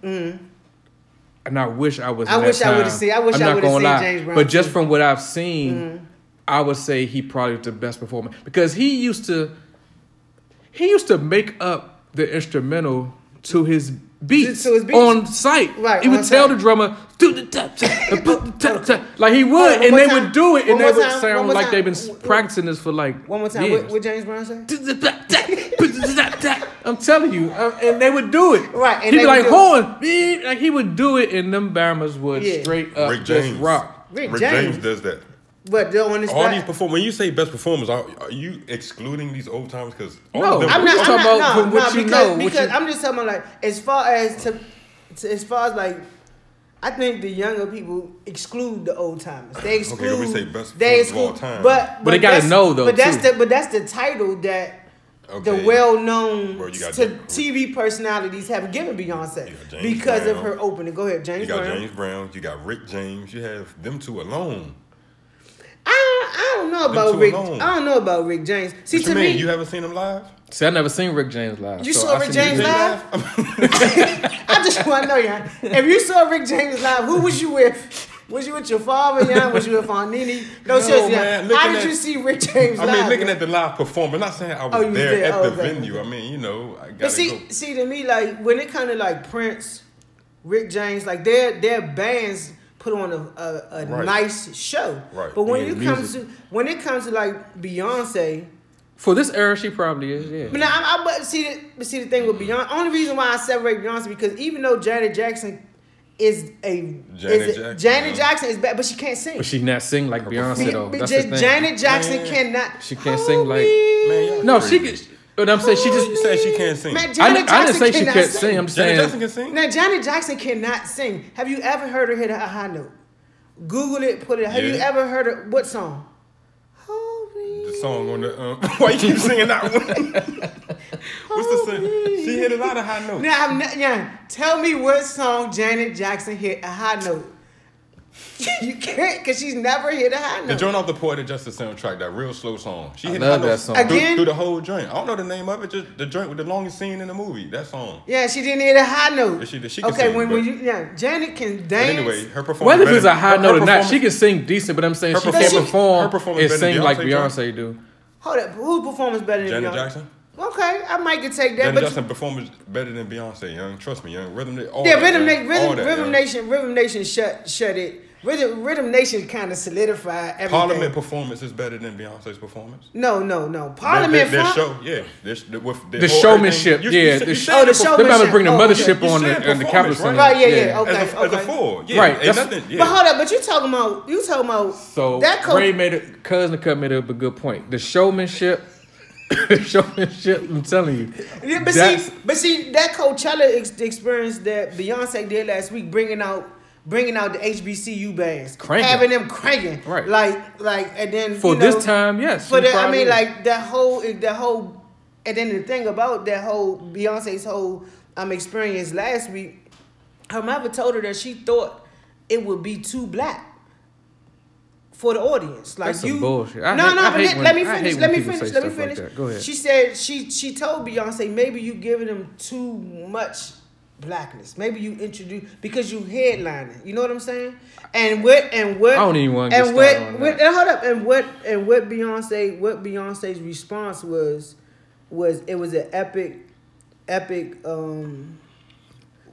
Speaker 2: and I wish I was.
Speaker 1: Mm. I
Speaker 2: in that
Speaker 1: wish I would've
Speaker 2: time.
Speaker 1: seen- I wish
Speaker 2: I'm
Speaker 1: I
Speaker 2: not
Speaker 1: would've
Speaker 2: gonna
Speaker 1: seen
Speaker 2: lie,
Speaker 1: James Brown
Speaker 2: But just
Speaker 1: too. Mm.
Speaker 2: from what I've seen, I would say he probably was the best performer because he used to he used to make up the instrumental to his beats,
Speaker 1: To his beats.
Speaker 2: on site.
Speaker 1: Right,
Speaker 2: he would
Speaker 1: on
Speaker 2: tell
Speaker 1: site.
Speaker 2: the drummer, do the tap tap, and put the tap tap. Like he
Speaker 1: Hold
Speaker 2: would,
Speaker 1: on,
Speaker 2: and
Speaker 1: one
Speaker 2: they
Speaker 1: more
Speaker 2: would
Speaker 1: time.
Speaker 2: do it,
Speaker 1: One
Speaker 2: and they
Speaker 1: more
Speaker 2: would
Speaker 1: time, one
Speaker 2: sound
Speaker 1: more
Speaker 2: like
Speaker 1: time.
Speaker 2: they've been s-
Speaker 1: One-
Speaker 2: practicing this for like
Speaker 1: One more time.
Speaker 2: years.
Speaker 1: What, what James Brown say?
Speaker 2: Do the tap tap, put the tap tap. I'm telling you, uh, and they would do it.
Speaker 1: Right, and
Speaker 2: he'd
Speaker 1: they
Speaker 2: be
Speaker 1: would
Speaker 2: like
Speaker 1: do it.
Speaker 2: horn, beep," like he would do it, and them Bama's would
Speaker 1: Yeah.
Speaker 2: straight up
Speaker 3: Rick
Speaker 2: just
Speaker 3: James.
Speaker 2: uh, rock.
Speaker 1: Rick
Speaker 3: Rick,
Speaker 1: James.
Speaker 3: James. does that.
Speaker 1: But they're on this.
Speaker 3: All
Speaker 1: back.
Speaker 3: these perform when you say best performers, are, are you excluding these old times? Because
Speaker 2: No,
Speaker 3: of them
Speaker 1: I'm
Speaker 2: We
Speaker 1: not.
Speaker 2: just
Speaker 1: I'm not.
Speaker 2: talking about
Speaker 1: no,
Speaker 2: from what
Speaker 1: no,
Speaker 2: you
Speaker 1: because,
Speaker 2: know, what
Speaker 1: because
Speaker 2: you-
Speaker 1: I'm just talking about like as far as to, to as far as like I think the younger people exclude the old timers. They exclude.
Speaker 3: we say best
Speaker 1: they
Speaker 3: friends of all
Speaker 1: exclude,
Speaker 3: time.
Speaker 1: But,
Speaker 2: But they gotta
Speaker 1: that's-
Speaker 2: know, though,
Speaker 1: But that's
Speaker 2: too.
Speaker 1: the but that's the title that
Speaker 3: Okay.
Speaker 1: the well-known
Speaker 3: Bro, you got
Speaker 1: to
Speaker 3: James-
Speaker 1: TV personalities have given Beyonce
Speaker 3: You got James
Speaker 1: because of
Speaker 3: Brown.
Speaker 1: her opening. Go ahead, James
Speaker 3: You got
Speaker 1: Brown.
Speaker 3: James Brown. You got Rick James. You have them two alone.
Speaker 1: I, I don't know about
Speaker 3: two
Speaker 1: Rick.
Speaker 3: alone.
Speaker 1: I don't know about Rick James. See,
Speaker 3: What
Speaker 1: to
Speaker 3: you mean?
Speaker 1: me,
Speaker 3: You haven't seen them live?
Speaker 2: See, I never seen Rick James live.
Speaker 1: You
Speaker 2: so
Speaker 1: saw
Speaker 2: I
Speaker 1: Rick
Speaker 2: seen
Speaker 1: James
Speaker 2: Rick-
Speaker 1: live? I just want to know, y'all. If you saw Rick James live, who was you with? Was you with your father, y'all? Was you with Aunt Nene? No,
Speaker 3: No,
Speaker 1: seriously,
Speaker 3: man,
Speaker 1: y'all. How
Speaker 3: looking
Speaker 1: did
Speaker 3: at-
Speaker 1: you see Rick James
Speaker 3: I
Speaker 1: live?
Speaker 3: mean, looking
Speaker 1: y'all?
Speaker 3: at the live performance, not saying I was
Speaker 1: Oh, you was
Speaker 3: there
Speaker 1: there.
Speaker 3: at
Speaker 1: Oh,
Speaker 3: the
Speaker 1: okay.
Speaker 3: venue. I mean, you know, I gotta
Speaker 1: But see,
Speaker 3: go.
Speaker 1: see to me, like when it kind of like Prince, Rick James, like their their bands put on a, a, a
Speaker 3: Right.
Speaker 1: nice show.
Speaker 3: Right.
Speaker 1: But when
Speaker 2: Yeah,
Speaker 1: you
Speaker 2: music.
Speaker 1: comes to when it comes to like Beyonce,
Speaker 2: For this era, she probably is. Yeah.
Speaker 1: but now I, I but see the but see the thing with Beyonce. Only reason why I separate Beyonce because even though Janet Jackson is a is
Speaker 3: Janet
Speaker 1: a-
Speaker 3: Jackson,
Speaker 1: Janet
Speaker 3: yeah.
Speaker 1: Jackson is bad, but she can't sing.
Speaker 2: But she not sing like Beyonce
Speaker 1: Be-
Speaker 2: though.
Speaker 1: be-
Speaker 2: That's
Speaker 1: Ja-
Speaker 2: the thing.
Speaker 1: Janet Jackson
Speaker 3: Man.
Speaker 1: cannot.
Speaker 2: She can't sing like-
Speaker 1: Homie.
Speaker 3: Man, y'all
Speaker 2: No, she.
Speaker 3: crazy.
Speaker 2: Could, but I'm saying she
Speaker 3: You
Speaker 2: just.
Speaker 3: said she can't sing.
Speaker 1: Man,
Speaker 2: I,
Speaker 1: Janet
Speaker 2: didn't- I didn't
Speaker 1: Jackson
Speaker 2: say she
Speaker 1: cannot
Speaker 2: couldn't
Speaker 1: sing.
Speaker 2: sing. I'm
Speaker 3: Janet
Speaker 2: saying
Speaker 3: Jackson can sing.
Speaker 1: Now Janet Jackson cannot sing. Have you ever heard her hit a high note? Google it, put it. Have you
Speaker 3: Yeah.
Speaker 1: ever heard her what song? Holy.
Speaker 3: The song on the. Um, why you keep singing that one? What's the song?
Speaker 1: Holy.
Speaker 3: She hit a lot of high notes.
Speaker 1: Now, I'm not, yeah, tell me what song Janet Jackson hit a high note. you can't, because she's never hit a high
Speaker 3: The
Speaker 1: note.
Speaker 3: joint off the Poetic Justice soundtrack, that real slow song. She
Speaker 2: I
Speaker 3: hit
Speaker 2: love that
Speaker 3: high notes
Speaker 2: song.
Speaker 3: Through,
Speaker 1: Again?
Speaker 3: through the whole joint. I don't know the name of it. Just the joint with the longest scene in the movie. That song.
Speaker 1: yeah, she didn't hit a high note.
Speaker 3: But she- she can
Speaker 1: okay,
Speaker 3: sing,
Speaker 1: when, when
Speaker 3: but-
Speaker 1: you, yeah, Janet can
Speaker 3: But
Speaker 1: dance.
Speaker 3: anyway, her performance.
Speaker 2: whether if it's
Speaker 3: better-
Speaker 2: a high
Speaker 3: her-
Speaker 2: note
Speaker 3: her
Speaker 2: or not, she
Speaker 3: performance-
Speaker 2: can sing decent. But I'm saying
Speaker 3: her
Speaker 2: she can't
Speaker 1: performance-
Speaker 2: perform
Speaker 3: her performance
Speaker 2: and
Speaker 3: better than
Speaker 2: sing like
Speaker 3: Beyonce,
Speaker 2: Beyonce do.
Speaker 1: Hold up, who performs better than
Speaker 3: Janet
Speaker 1: Beyonce?
Speaker 3: Jackson.
Speaker 1: Okay, I might could take that,
Speaker 3: Janet
Speaker 1: but
Speaker 3: Jackson performs better than Beyonce, young. Trust me, young. Rhythm, all
Speaker 1: Yeah,
Speaker 3: that,
Speaker 1: rhythm,
Speaker 3: young.
Speaker 1: Na- rhythm,
Speaker 3: All that,
Speaker 1: rhythm
Speaker 3: young.
Speaker 1: nation, rhythm nation, shut, shut it. Rhythm, rhythm nation kind of solidified everything.
Speaker 3: Parliament performance is better than Beyonce's performance.
Speaker 1: no, no, no. Parliament.
Speaker 3: their, their,
Speaker 1: fun-
Speaker 3: show, yeah, their, their, with their
Speaker 2: The
Speaker 3: whole
Speaker 2: showmanship,
Speaker 3: everything. You- you
Speaker 2: yeah.
Speaker 3: said-
Speaker 2: the
Speaker 3: you
Speaker 2: sh-
Speaker 3: said
Speaker 1: Oh, the
Speaker 2: they're
Speaker 1: showmanship.
Speaker 2: about to bring the
Speaker 1: Oh, okay.
Speaker 2: mothership
Speaker 3: You
Speaker 2: on
Speaker 3: said
Speaker 2: the, on the capital
Speaker 3: performance,
Speaker 2: scene.
Speaker 1: right? Yeah, yeah, okay.
Speaker 3: as a, as a
Speaker 1: okay.
Speaker 3: four, yeah,
Speaker 2: Right,
Speaker 3: ain't
Speaker 2: that's-
Speaker 3: nothing, yeah.
Speaker 1: But hold up, but you talking about you talking about
Speaker 2: So
Speaker 1: that co-
Speaker 2: Ray made a cousin cut made up a good point. The showmanship, the showmanship. I'm telling you.
Speaker 1: Yeah, but
Speaker 2: that's-
Speaker 1: see, but see that Coachella ex- experience that Beyonce did last week, bringing out bringing out the HBCU bands,
Speaker 2: Cranking.
Speaker 1: having them cranking,
Speaker 2: Right.
Speaker 1: Like, like, and then
Speaker 2: for
Speaker 1: you know,
Speaker 2: this time, yes.
Speaker 1: For
Speaker 2: she
Speaker 1: the, I
Speaker 2: probably
Speaker 1: mean,
Speaker 2: is.
Speaker 1: like that whole, that whole, and then the thing about that whole Beyonce's whole um experience last week, her mother told her that she thought it would be too black for the audience. Like
Speaker 2: That's some
Speaker 1: you,
Speaker 2: bullshit. I
Speaker 1: no,
Speaker 2: hate-
Speaker 1: no.
Speaker 2: I
Speaker 1: but
Speaker 2: hate
Speaker 1: let,
Speaker 2: when-
Speaker 1: let me
Speaker 2: I hate
Speaker 1: finish.
Speaker 2: when
Speaker 1: Let me
Speaker 2: people say
Speaker 1: finish. Let me
Speaker 2: stuff like
Speaker 1: finish.
Speaker 2: that. Go ahead.
Speaker 1: She said she she told Beyonce maybe you giving them too much blackness. Maybe you introduce because you headlining. You know what I'm saying? And what and what
Speaker 2: I don't even wanna get
Speaker 1: and what,
Speaker 2: started on
Speaker 1: what-
Speaker 2: that.
Speaker 1: and hold up and what and what Beyonce what Beyonce's response was was it was an epic epic um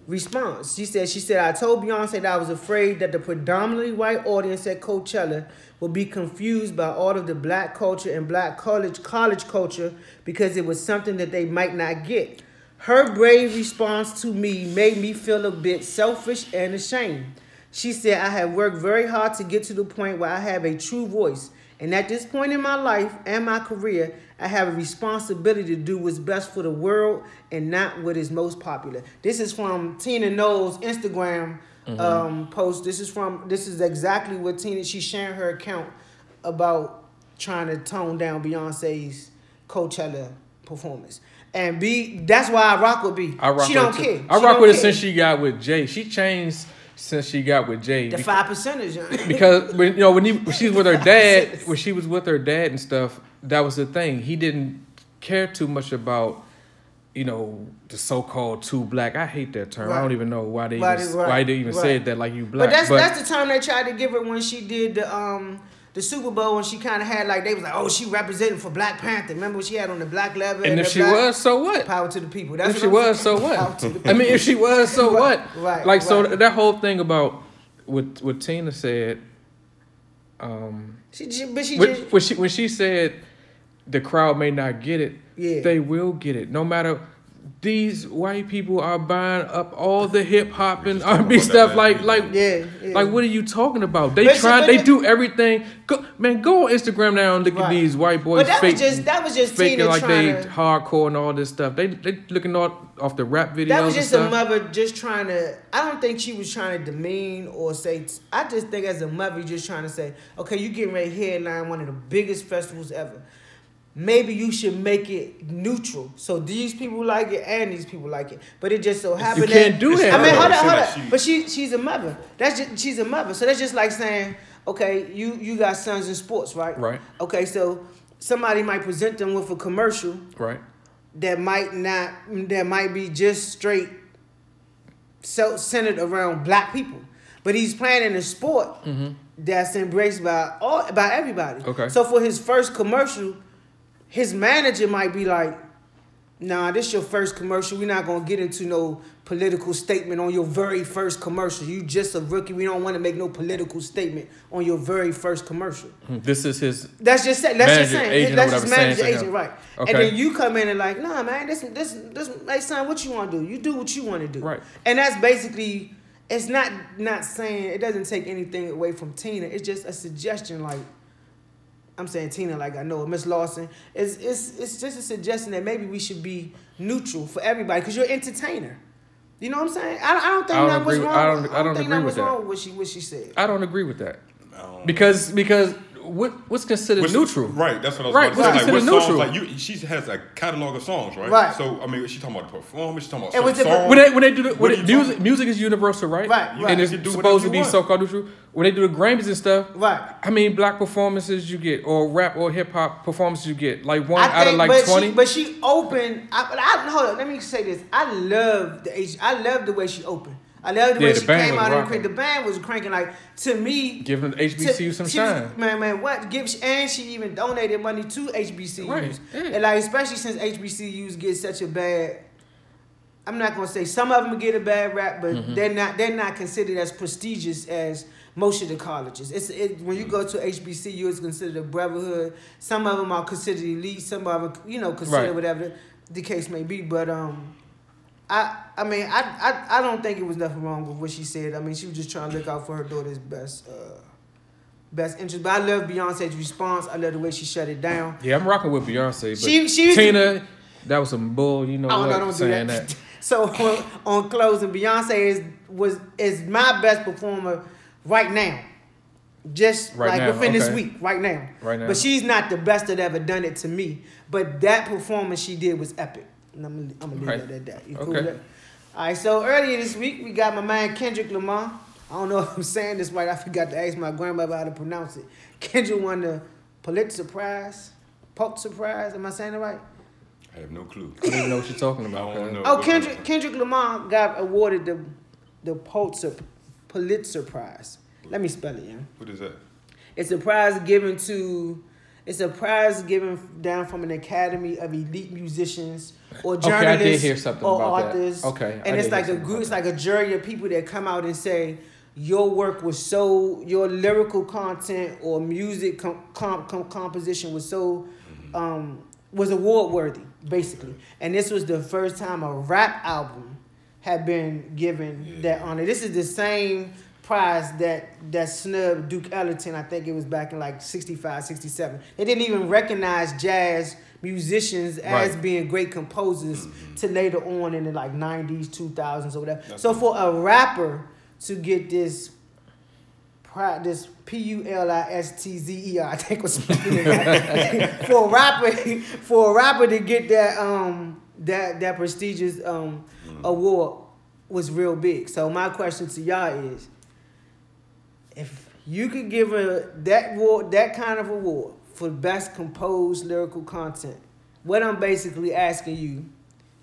Speaker 1: response. She said, she said, I told Beyonce that I was afraid that the predominantly white audience at Coachella would be confused by all of the black culture and black college college culture because it was something that they might not get. Her brave response to me made me feel a bit selfish and ashamed. She said, I have worked very hard to get to the point where I have a true voice. And at this point in my life and my career, I have a responsibility to do what's best for the world and not what is most popular. This is from Tina Knowles' Instagram
Speaker 2: Mm-hmm.
Speaker 1: um, post. This is from this is exactly what Tina she's sharing her account about trying to tone down Beyonce's Coachella performance. And B, that's why I rock with B.
Speaker 2: I rock
Speaker 1: she
Speaker 2: with
Speaker 1: don't
Speaker 2: it too.
Speaker 1: care.
Speaker 2: I
Speaker 1: She
Speaker 2: rock
Speaker 1: don't
Speaker 2: with it
Speaker 1: care.
Speaker 2: since she got with Jay. She changed since she got with Jay.
Speaker 1: the
Speaker 2: because-
Speaker 1: five percentage. yeah.
Speaker 2: because when you know when, he, when she was with her dad, when she was with her dad and stuff, that was the thing. He didn't care too much about you know the so-called two black. I hate that term. I
Speaker 1: Right.
Speaker 2: don't even know why they
Speaker 1: Right,
Speaker 2: even,
Speaker 1: right,
Speaker 2: why they even
Speaker 1: right.
Speaker 2: said that like you black.
Speaker 1: But that's that's the term they tried to give her when she did the um the Super Bowl and she kind of had like they was like oh she representing for Black Panther. Remember when she had on the black leather?
Speaker 2: and if
Speaker 1: the
Speaker 2: she
Speaker 1: black-
Speaker 2: was, so what?
Speaker 1: power to the people. That's
Speaker 2: If
Speaker 1: what
Speaker 2: she
Speaker 1: I'm
Speaker 2: was, so
Speaker 1: saying. Power
Speaker 2: what?
Speaker 1: to the
Speaker 2: I mean, if she was, so
Speaker 1: Right,
Speaker 2: what?
Speaker 1: right,
Speaker 2: Like so
Speaker 1: right.
Speaker 2: that whole thing about what what Tina said. Um,
Speaker 1: she, ju- but she
Speaker 2: when,
Speaker 1: just
Speaker 2: when she when she said the crowd may not get it,
Speaker 1: Yeah.
Speaker 2: they will get it. No matter these white people are buying up all the hip hop and
Speaker 3: just talking
Speaker 2: R&B
Speaker 3: about that
Speaker 2: stuff.
Speaker 3: last
Speaker 2: Like,
Speaker 3: week.
Speaker 2: like,
Speaker 1: Yeah, yeah.
Speaker 2: like, what are you talking about? They
Speaker 1: But see,
Speaker 2: try,
Speaker 1: but
Speaker 2: they
Speaker 1: it-
Speaker 2: do everything. Go, man, go on Instagram now and look at
Speaker 1: Right.
Speaker 2: these white boys.
Speaker 1: But that
Speaker 2: fake,
Speaker 1: was just that was just
Speaker 2: faking
Speaker 1: Tina
Speaker 2: like
Speaker 1: trying
Speaker 2: they
Speaker 1: to.
Speaker 2: hardcore and all this stuff. They they looking all off the rap videos.
Speaker 1: That was
Speaker 2: and
Speaker 1: just a
Speaker 2: stuff.
Speaker 1: mother just trying to. I don't think she was trying to demean or say. I just think as a mother, you're just trying to say, okay, you getting ready to headline one of the biggest festivals ever. Maybe you should make it neutral so these people like it and these people like it. But it just so happened
Speaker 2: can't
Speaker 1: that-
Speaker 2: do that,
Speaker 1: I mean,
Speaker 2: though.
Speaker 1: hold on, hold
Speaker 3: It
Speaker 1: on.
Speaker 3: seems like she-
Speaker 1: but she she's a mother. That's just, she's a mother. So that's just like saying, okay, you you got sons in sports, right?
Speaker 2: Right.
Speaker 1: Okay, so somebody might present them with a commercial
Speaker 2: right.
Speaker 1: that might not that might be just straight self centered around black people. But he's playing in a sport that's embraced by all by everybody.
Speaker 2: Okay.
Speaker 1: So for his first commercial, his manager might be like, "Nah, this your first commercial. We're not gonna get into no political statement on your very first commercial. You just a rookie. We don't want to make no political statement on your very first commercial."
Speaker 2: This is his.
Speaker 1: That's just saying. That's just
Speaker 2: Manager,
Speaker 1: saying.
Speaker 2: agent, or
Speaker 1: that's just
Speaker 2: whatever,
Speaker 1: manager
Speaker 2: saying
Speaker 1: agent,
Speaker 2: something
Speaker 1: right? And
Speaker 2: else. Okay.
Speaker 1: then you come in and like, nah, man, this, this, this, hey, son, what you want to do? You do what you want to do,
Speaker 2: Right.
Speaker 1: And that's basically. It's not not saying it doesn't take anything away from Tina. It's just a suggestion, like I'm saying Tina, like I know Miss Lawson. It's it's it's just a suggestion that maybe we should be neutral for everybody because you're an entertainer. You know what I'm saying? I, I don't think
Speaker 2: I don't
Speaker 1: that was
Speaker 2: agree
Speaker 1: wrong.
Speaker 2: with- I don't- I don't
Speaker 1: think that
Speaker 2: agree with
Speaker 1: was
Speaker 2: that.
Speaker 1: wrong with what she what she said.
Speaker 2: I don't agree with that
Speaker 3: Um,
Speaker 2: because because what what's considered
Speaker 3: Which-
Speaker 2: neutral?
Speaker 3: Right, that's what I was
Speaker 2: Right,
Speaker 3: about to
Speaker 2: what's
Speaker 3: say. Like, what
Speaker 2: considered
Speaker 3: songs,
Speaker 2: neutral?
Speaker 3: like you, she has a catalog of songs, right?
Speaker 1: Right.
Speaker 3: So, I mean, she talking about the performance, she talking about
Speaker 1: And
Speaker 3: certain
Speaker 1: with the-
Speaker 3: songs.
Speaker 2: When they when they do the, when
Speaker 3: What are
Speaker 2: it,
Speaker 3: you
Speaker 2: music
Speaker 3: talking-
Speaker 2: music is universal, right?
Speaker 1: Right, right.
Speaker 2: And it's
Speaker 3: You can do
Speaker 2: supposed
Speaker 3: whatever
Speaker 2: to
Speaker 3: you
Speaker 2: be
Speaker 3: want.
Speaker 2: so called neutral. When they do the Grammys and stuff,
Speaker 1: Right.
Speaker 2: How many black performances you get, or rap or hip hop performances you get? Like one out of
Speaker 1: but
Speaker 2: like twenty.
Speaker 1: She, but she opened. I, but I hold on. Let me say this. I love the H- I love the way she opened. I love the
Speaker 2: Yeah,
Speaker 1: way
Speaker 2: the
Speaker 1: she
Speaker 2: band
Speaker 1: came
Speaker 2: was
Speaker 1: out and
Speaker 2: rocking.
Speaker 1: crank, the band was cranking. Like to me,
Speaker 2: Giving HBCU some
Speaker 1: she was-
Speaker 2: shine.
Speaker 1: Man, man, what? Give and she even donated money to HBCUs.
Speaker 2: Right, yeah.
Speaker 1: And like especially since HBCUs get such a bad. I'm not gonna say some of them get a bad rap, but they're not they're not considered as prestigious as most of the colleges. It's it, when you go to HBCU, it's considered a brotherhood. Some of them are considered elite. Some of them, you know, considered
Speaker 2: Right.
Speaker 1: whatever the case may be. But um, I I mean I, I I don't think it was nothing wrong with what she said. I mean she was just trying to look out for her daughter's best uh best interest. But I love Beyonce's response. I love the way she shut it down.
Speaker 2: yeah, I'm rocking with Beyonce. But
Speaker 1: She- she was-
Speaker 2: Tina, that was some bull. You know
Speaker 1: Oh
Speaker 2: what?
Speaker 1: no, don't do
Speaker 2: saying
Speaker 1: that. So on, on closing, Beyonce is was is my best performer right now. Just
Speaker 2: Right
Speaker 1: like
Speaker 2: now,
Speaker 1: within this
Speaker 2: okay.
Speaker 1: week, right now.
Speaker 2: Right now.
Speaker 1: But she's not the best that ever done it to me. But that performance she did was epic. And I'm gonna, I'm gonna leave
Speaker 2: Right.
Speaker 1: that at that. You cool
Speaker 2: Okay.
Speaker 1: with that? All right, so earlier this week we got my man Kendrick Lamar. I don't know if I'm saying this right. I forgot to ask my grandmother how to pronounce it. Kendrick won the Pulitzer Prize, Pulitzer Prize. Am I saying it right?
Speaker 3: I have no clue.
Speaker 2: I don't even know what you're talking about.
Speaker 3: I don't
Speaker 2: cuz.
Speaker 3: know.
Speaker 1: Oh, Kendrick Kendrick Lamar got awarded the the Pulitzer Pulitzer Prize. Let me spell it. Yeah,
Speaker 3: What is that?
Speaker 1: it's a prize given to. It's a prize given down from an academy of elite musicians or
Speaker 2: Okay, I
Speaker 1: journalists
Speaker 2: did hear something
Speaker 1: or
Speaker 2: about that.
Speaker 1: authors.
Speaker 2: Okay, I
Speaker 1: and
Speaker 2: did
Speaker 1: it's
Speaker 2: hear
Speaker 1: like a
Speaker 2: something
Speaker 1: group.
Speaker 2: about
Speaker 1: It's like a jury of people that come out and say your work was so your lyrical content or music com- com- com- composition was so um, was award worthy basically. And this was the first time a rap album had been given that honor. This is the same prize that that snubbed Duke Ellington. I think it was back in like 65, 67. They didn't even recognize jazz musicians as
Speaker 2: Right.
Speaker 1: being great composers to later on in the like 90s, 2000s or whatever. so for a rapper to get this Pri- this P U L I S T Z E R. I think was for a rapper for a rapper to get that um that that prestigious um award was real big. So my question to y'all is, if you could give a that award that kind of award for best composed lyrical content, what I'm basically asking you,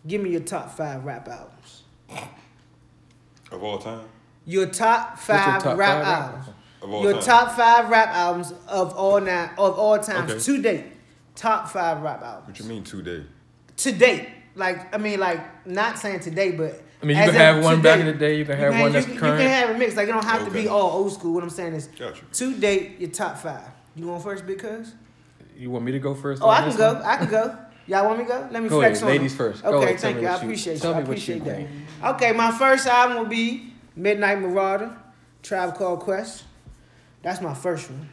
Speaker 1: give me your top five rap albums.
Speaker 3: Of all time?
Speaker 1: Your top five
Speaker 2: top
Speaker 1: rap
Speaker 2: five rap
Speaker 1: albums.
Speaker 2: album?
Speaker 3: Of all
Speaker 1: Your
Speaker 3: time.
Speaker 1: top five rap albums of all nine of all times
Speaker 3: Okay.
Speaker 1: to date. Top five rap
Speaker 3: What
Speaker 1: albums
Speaker 3: you mean today?
Speaker 1: to date. Like I mean, like not saying today, but
Speaker 2: I mean, you
Speaker 1: as
Speaker 2: can
Speaker 1: of
Speaker 2: have one back in
Speaker 1: today,
Speaker 2: the day. You can have
Speaker 1: man,
Speaker 2: one that's
Speaker 1: you,
Speaker 2: current.
Speaker 1: You can have a mix. Like it don't have to be
Speaker 3: Okay.
Speaker 1: all old school. What I'm saying is,
Speaker 3: Gotcha.
Speaker 1: to date, your top five. You want first, because
Speaker 2: you want me to go first?
Speaker 1: oh,
Speaker 2: on
Speaker 1: I can
Speaker 2: this
Speaker 1: go.
Speaker 2: one?
Speaker 1: I can go. Y'all want me to go? Let me
Speaker 2: Go
Speaker 1: flex
Speaker 2: ahead,
Speaker 1: on 'em.
Speaker 2: ladies first. Go
Speaker 1: Okay,
Speaker 2: ahead, tell
Speaker 1: thank
Speaker 2: me
Speaker 1: you. I
Speaker 2: what you-
Speaker 1: appreciate
Speaker 2: tell
Speaker 1: you. I
Speaker 2: me what you
Speaker 1: appreciate that. Okay, my first album will be Midnight Marauder, Tribe Called Quest. That's my first one.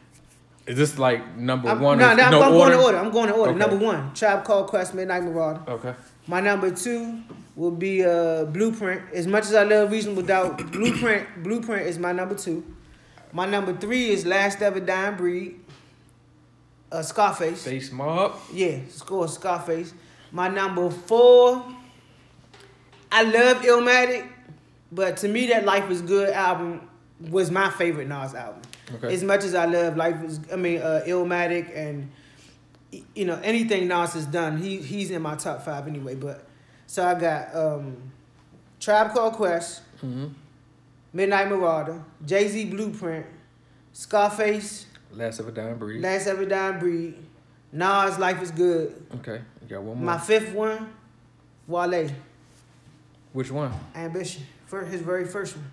Speaker 2: Is this like number
Speaker 1: I'm,
Speaker 2: one?
Speaker 1: no,
Speaker 2: or,
Speaker 1: no, I'm,
Speaker 2: no
Speaker 1: I'm
Speaker 2: order?
Speaker 1: going to order. I'm going to order.
Speaker 2: Okay.
Speaker 1: Number one, Tribe Called Quest, Midnight Marauder.
Speaker 2: Okay.
Speaker 1: My number two will be uh, Blueprint. As much as I love Reasonable Doubt, Blueprint Blueprint is my number two. My number three is Last Ever Dying Breed, uh, Scarface.
Speaker 2: Face mob.
Speaker 1: Yeah, score Scarface. My number four, I love Illmatic, but to me that Life Is Good album was my favorite Nas album.
Speaker 2: Okay.
Speaker 1: As much as I love Life Is, I mean uh, Illmatic and y- you know anything Nas has done, he he's in my top five anyway. But so I got um, Tribe Called Quest, Midnight Marauder, Jay Z Blueprint, Scarface,
Speaker 2: Last of a dying breed.
Speaker 1: Last Ever Dying Breed, Nas Life Is Good.
Speaker 2: okay. You got one more.
Speaker 1: My fifth one, Wale,
Speaker 2: Which one?
Speaker 1: Ambition. For his very first one.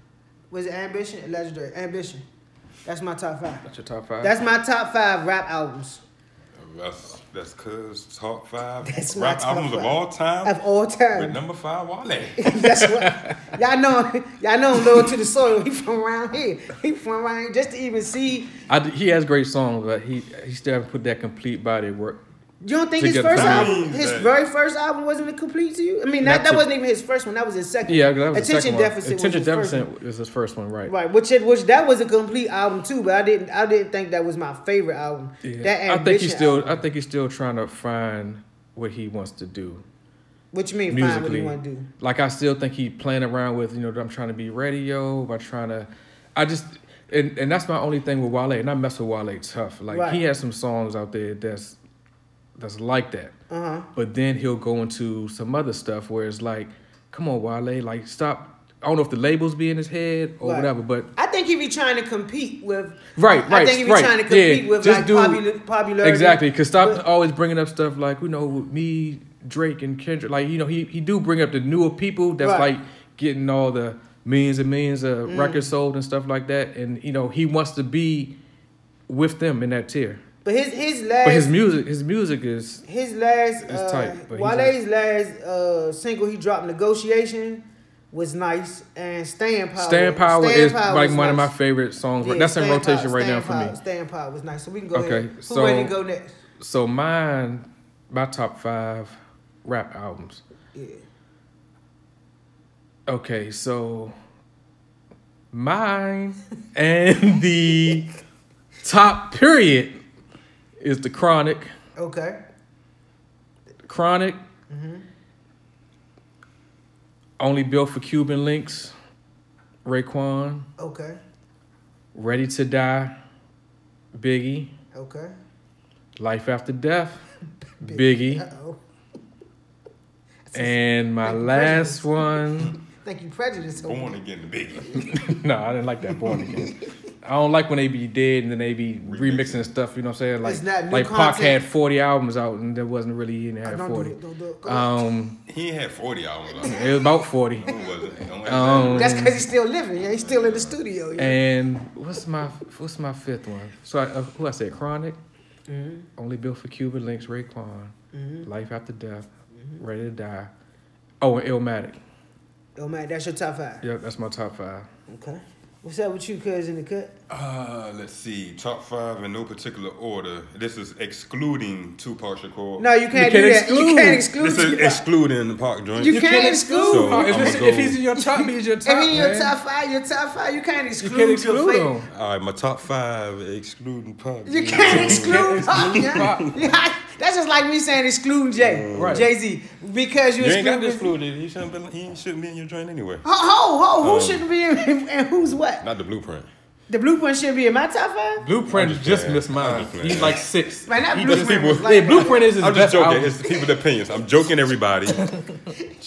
Speaker 1: Was it Ambition? Legendary. Ambition. That's my top five.
Speaker 2: That's your top five.
Speaker 1: That's my top five rap albums
Speaker 3: That's that's cuz top five
Speaker 1: That's my
Speaker 3: rap
Speaker 1: top
Speaker 3: albums
Speaker 1: five.
Speaker 3: of all time.
Speaker 1: of all
Speaker 3: with
Speaker 1: time.
Speaker 3: number five, Wale.
Speaker 1: That's what y'all know. Y'all know him loyal to the soil. He from around here. He from around here. Just to even see.
Speaker 2: I d he has great songs, but he he still haven't put that complete body of work.
Speaker 1: You don't think
Speaker 2: To
Speaker 1: his
Speaker 2: get
Speaker 1: first
Speaker 2: the-
Speaker 1: album, his
Speaker 3: That-
Speaker 1: very first album, wasn't a complete to you? I mean, that,
Speaker 2: Not
Speaker 1: that
Speaker 2: to-
Speaker 1: wasn't even his first one. That was his second.
Speaker 2: Yeah, 'cause that was the
Speaker 1: attention
Speaker 2: second
Speaker 1: deficit.
Speaker 2: One.
Speaker 1: was his
Speaker 2: Attention
Speaker 1: first
Speaker 2: deficit is his first one, right?
Speaker 1: Right, which it, which that was a complete album too, but I didn't I didn't think that was my favorite album.
Speaker 2: Yeah.
Speaker 1: That
Speaker 2: I think
Speaker 1: Ambition
Speaker 2: he's still.
Speaker 1: album.
Speaker 2: I think he's still trying to find what he wants to do
Speaker 1: what you mean? Find what
Speaker 2: musically.
Speaker 1: you want to do.
Speaker 2: Like I still think he playing around with you know I'm trying to be radio by trying to, I just and and that's my only thing with Wale and I mess with Wale tough. Like
Speaker 1: Right.
Speaker 2: he has some songs out there that's that's like that.
Speaker 1: Uh huh.
Speaker 2: But then he'll go into some other stuff where it's like, come on, Wale, like stop. I don't know if the labels be in his head or
Speaker 1: Right.
Speaker 2: whatever, but
Speaker 1: I think he be trying to compete with.
Speaker 2: Right,
Speaker 1: I
Speaker 2: right,
Speaker 1: think he be
Speaker 2: right.
Speaker 1: trying to compete
Speaker 2: Yeah,
Speaker 1: with
Speaker 2: just
Speaker 1: like
Speaker 2: do-
Speaker 1: popular, popularity.
Speaker 2: exactly because stop
Speaker 1: But-
Speaker 2: always bringing up stuff like you know me, Drake and Kendrick. Like you know he he do bring up the newer people that's
Speaker 1: Right. Mm.
Speaker 2: like getting all the millions and millions of records sold and stuff like that, and you know he wants to be with them in that tier.
Speaker 1: But his his last
Speaker 2: But
Speaker 1: his,
Speaker 2: his music, his music is
Speaker 1: last
Speaker 2: It's
Speaker 1: uh,
Speaker 2: tight, but he's
Speaker 1: Wale's last uh, single he dropped, Negotiation, was nice, and Stand Power.
Speaker 2: Stand Power
Speaker 1: Staying
Speaker 2: is
Speaker 1: Power
Speaker 2: like
Speaker 1: was
Speaker 2: one of my
Speaker 1: nice.
Speaker 2: favorite songs.
Speaker 1: Yeah,
Speaker 2: that's in
Speaker 1: Staying
Speaker 2: rotation
Speaker 1: Power-
Speaker 2: right now
Speaker 1: Staying
Speaker 2: for
Speaker 1: Power-
Speaker 2: me.
Speaker 1: Stand Power was nice, so we can go
Speaker 2: Okay,
Speaker 1: ahead. Who
Speaker 2: so-
Speaker 1: ready to go next?
Speaker 2: So mine, my top five rap albums.
Speaker 1: Yeah.
Speaker 2: Okay, so mine and the top period is the Chronic.
Speaker 1: Okay.
Speaker 2: Chronic. Only built for Cuban links. Raekwon,
Speaker 1: Okay.
Speaker 2: Ready to Die, Biggie,
Speaker 1: Okay.
Speaker 2: Life After Death,
Speaker 1: Uh
Speaker 2: Biggie,
Speaker 1: oh.
Speaker 2: and my
Speaker 1: Thank you,
Speaker 2: last one.
Speaker 1: Thank you, prejudice. over
Speaker 3: Born
Speaker 1: me.
Speaker 3: again, biggie.
Speaker 2: no, I didn't like that born again. I don't like when they be dead and then they be remixing stuff. You know what I'm saying? Like,
Speaker 1: It's not new
Speaker 2: like Pac
Speaker 1: content.
Speaker 2: had 40 albums out and there wasn't really any
Speaker 1: Uh,
Speaker 2: had
Speaker 1: Don't do
Speaker 2: 40.
Speaker 1: it. Don't do it. Go on.
Speaker 2: Um,
Speaker 3: He ain't had forty albums. I
Speaker 2: it was about 40.
Speaker 3: Who was it? Don't ask
Speaker 2: Um,
Speaker 1: That's because he's still living. Yeah, he's still in the studio. Yeah.
Speaker 2: and what's my what's my fifth one? So I, uh, who I said Chronic,
Speaker 1: Mm-hmm.
Speaker 2: only built for Cuba Links, Raekwon, Life After Death,
Speaker 1: Mm-hmm.
Speaker 2: Ready to Die. Oh, and Illmatic.
Speaker 1: Oh man, that's your top five.
Speaker 2: Yep, that's my top five.
Speaker 1: Okay. What's up with you, cuz in the cut?
Speaker 3: that. Uh, let's see. Top five in no particular order. This is excluding Tupac Shakur.
Speaker 1: No, you can't,
Speaker 2: You can't
Speaker 1: do that. You
Speaker 2: exclude.
Speaker 1: can't exclude.
Speaker 3: this is
Speaker 1: Tupac.
Speaker 3: excluding the Pac joint.
Speaker 1: You can't exclude.
Speaker 3: So,
Speaker 2: Oh, if,
Speaker 3: I'ma
Speaker 2: it's-
Speaker 3: go-
Speaker 2: if he's in your top, he's your top.
Speaker 1: if he in your
Speaker 2: man.
Speaker 1: top five, your top five, you can't exclude.
Speaker 2: you can't
Speaker 1: your
Speaker 2: exclude
Speaker 1: favorite.
Speaker 2: him.
Speaker 3: All right, my top five excluding Pac.
Speaker 1: You can't exclude.
Speaker 2: can't
Speaker 1: Pop,
Speaker 2: exclude
Speaker 1: yeah. Yeah, That's just like me saying exclude Jay,
Speaker 2: Right.
Speaker 1: Jay Z, because you,
Speaker 3: You ain't
Speaker 1: exclude.
Speaker 3: got to exclude it. He shouldn't be. He shouldn't be in your joint anyway.
Speaker 1: Ho ho ho! Who
Speaker 3: Um,
Speaker 1: shouldn't be in and who's what?
Speaker 3: Not the blueprint.
Speaker 1: The blueprint should be in my top five.
Speaker 2: Blueprint
Speaker 3: I'm just
Speaker 2: just
Speaker 3: playing.
Speaker 2: missed
Speaker 3: I'm
Speaker 2: mine.
Speaker 3: just playing.
Speaker 2: He's like six.
Speaker 1: Man, that
Speaker 2: He
Speaker 1: blueprint
Speaker 2: just-
Speaker 1: was
Speaker 2: Yeah,
Speaker 1: like-
Speaker 2: Blueprint is his
Speaker 3: I'm just
Speaker 2: best
Speaker 3: joking.
Speaker 2: album.
Speaker 3: It's the people's opinions. I'm joking, everybody.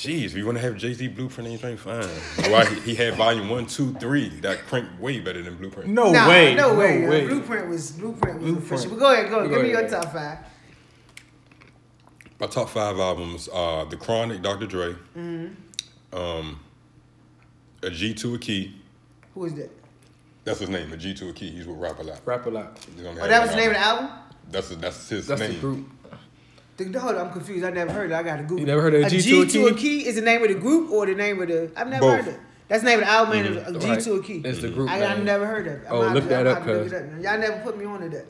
Speaker 3: Jeez, if you want to have Jay Z Blueprint in your joint, fine. Why he, he had Volume One, Two, Three that cranked way better than Blueprint.
Speaker 2: no
Speaker 1: Nah,
Speaker 2: way.
Speaker 1: no way. yeah. Blueprint was blueprint was
Speaker 2: Blueprint.
Speaker 1: official. But go ahead, go ahead.
Speaker 2: Go
Speaker 1: Give me your
Speaker 2: ahead.
Speaker 1: top five.
Speaker 3: My top five albums are The Chronic, Dr. Dre, um, a G to a Key.
Speaker 1: Who is that? Oh,
Speaker 3: That's his name, a G to a Key. He's with Rap a lot.
Speaker 2: Rap a lot.
Speaker 3: He's gonna
Speaker 1: Oh,
Speaker 3: have
Speaker 1: that
Speaker 3: an
Speaker 1: was the name of the album.
Speaker 3: That's that's his
Speaker 2: That's
Speaker 3: name.
Speaker 2: the group.
Speaker 1: The, the- hold on, I'm confused. I never heard it. I got to Google.
Speaker 2: You never heard of
Speaker 1: a G to a key is the name of the group or the name of the? I've never
Speaker 3: Both.
Speaker 1: heard it. That's the name of the album. and A G
Speaker 2: Mm-hmm. Right.
Speaker 1: to a key.
Speaker 2: It's the group
Speaker 1: I, I
Speaker 2: name.
Speaker 1: never heard of it. I'm
Speaker 2: Oh,
Speaker 1: out-
Speaker 2: look
Speaker 1: I'm
Speaker 2: that
Speaker 1: out
Speaker 2: up,
Speaker 1: to look
Speaker 2: cuz.
Speaker 1: it up. Y'all never put me on to that.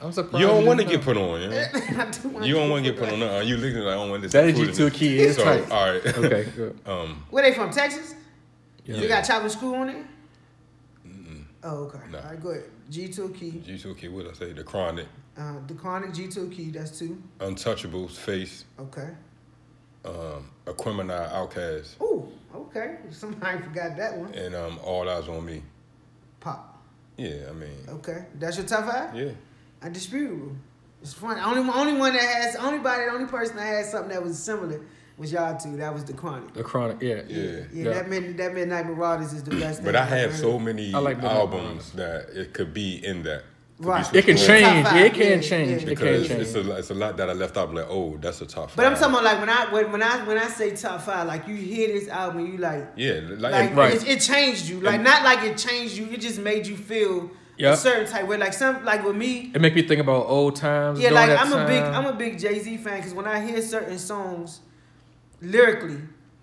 Speaker 2: I'm surprised.
Speaker 3: You don't want to
Speaker 2: didn't
Speaker 3: get
Speaker 2: know.
Speaker 3: put on, you know?
Speaker 1: I do want
Speaker 3: You don't
Speaker 1: to-
Speaker 3: want to get put on. Uh, you looking like I don't want this.
Speaker 2: That is
Speaker 3: included
Speaker 2: you two
Speaker 3: in this.
Speaker 2: key is
Speaker 3: So,
Speaker 2: tight.
Speaker 3: all right.
Speaker 2: Okay, good.
Speaker 3: um,
Speaker 1: Where they from? Texas. They
Speaker 3: yeah.
Speaker 1: got chocolate screw on it. Oh, okay.
Speaker 3: No.
Speaker 1: All right, go ahead. G to a key.
Speaker 3: You two key. What I say? The chronic,
Speaker 1: Uh, the chronic G to a key. That's two.
Speaker 3: untouchables, face,
Speaker 1: Okay.
Speaker 3: um, Aquemini, outcast,
Speaker 1: Ooh. Okay. Somebody forgot that one.
Speaker 3: and um, all eyes on me.
Speaker 1: Pop.
Speaker 3: Yeah, I mean,
Speaker 1: Okay. That's your top five.
Speaker 3: yeah.
Speaker 1: Undisputable. It's funny. Only only one that has only body, the only person that had something that was similar was y'all two. That was the chronic.
Speaker 2: The chronic, yeah,
Speaker 3: Yeah.
Speaker 1: Yeah,
Speaker 2: Yeah.
Speaker 1: that mid that Midnight Marauders is the best. thing
Speaker 3: But I
Speaker 1: I've
Speaker 3: have
Speaker 1: heard.
Speaker 3: so many
Speaker 2: I like the
Speaker 3: albums that it could be in that. Could be
Speaker 1: Right.
Speaker 3: switched
Speaker 2: It can
Speaker 3: around.
Speaker 2: change.
Speaker 1: Top
Speaker 2: Yeah, it
Speaker 1: five,
Speaker 2: can
Speaker 1: yeah,
Speaker 2: change.
Speaker 1: yeah.
Speaker 2: It can
Speaker 3: Because it's a,
Speaker 2: change.
Speaker 3: lot- it's a lot that I left out. I'm like, oh, that's a tough.
Speaker 1: But I'm talking about like when I when, when I when I say top five, like you hear this album, you like
Speaker 3: Yeah, like,
Speaker 1: like
Speaker 2: Right.
Speaker 1: it, it changed you. Like
Speaker 3: And-
Speaker 1: not like it changed you. It just made you feel a
Speaker 2: Yep.
Speaker 1: certain type way. Like some like with me,
Speaker 2: It make me think about old times.
Speaker 1: Yeah,
Speaker 2: during
Speaker 1: like
Speaker 2: that
Speaker 1: I'm a big
Speaker 2: time.
Speaker 1: I'm a big Jay Z fan because when I hear certain songs lyrically,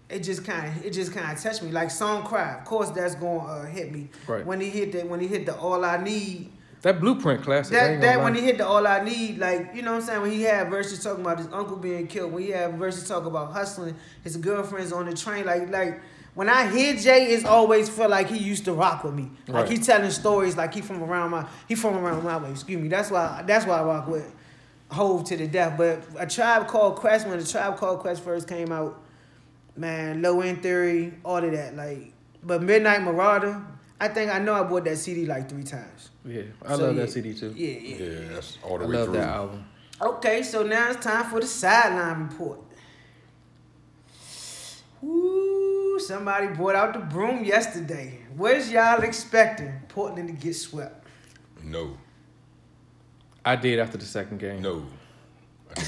Speaker 1: it just kind of it just kind of touched me. Like song "Cry," of course that's gonna uh, hit me.
Speaker 2: Right.
Speaker 1: When he hit that, when he hit the "All I Need,"
Speaker 2: that blueprint classic. I
Speaker 1: that
Speaker 2: ain't
Speaker 1: that
Speaker 2: gonna
Speaker 1: when
Speaker 2: lie.
Speaker 1: he hit the "All I Need," like you know what I'm saying. When he had verses talking about his uncle being killed, when he had verses talking about hustling, his girlfriend's on the train, like like. When I hear Jay, it's always feel like he used to rock with me. Like
Speaker 2: Right.
Speaker 1: he telling stories, like he from around my he from around my way. Excuse me. That's why that's why I rock with Hove to the death. But a tribe called Quest, when the tribe called Quest first came out, man, low end theory, all of that. Like, but Midnight Marauder, I think I know I bought that CD like three times.
Speaker 2: yeah, I
Speaker 1: So,
Speaker 2: love
Speaker 1: yeah.
Speaker 2: that CD too.
Speaker 1: Yeah, yeah.
Speaker 3: yeah, that's all the
Speaker 2: I
Speaker 3: way
Speaker 2: love
Speaker 3: through.
Speaker 2: that album.
Speaker 1: Okay, so now it's time for the sideline report. Ooh, somebody brought out the broom yesterday. Where's y'all expecting Portland to get swept?
Speaker 3: No,
Speaker 2: I did after the second game.
Speaker 3: no.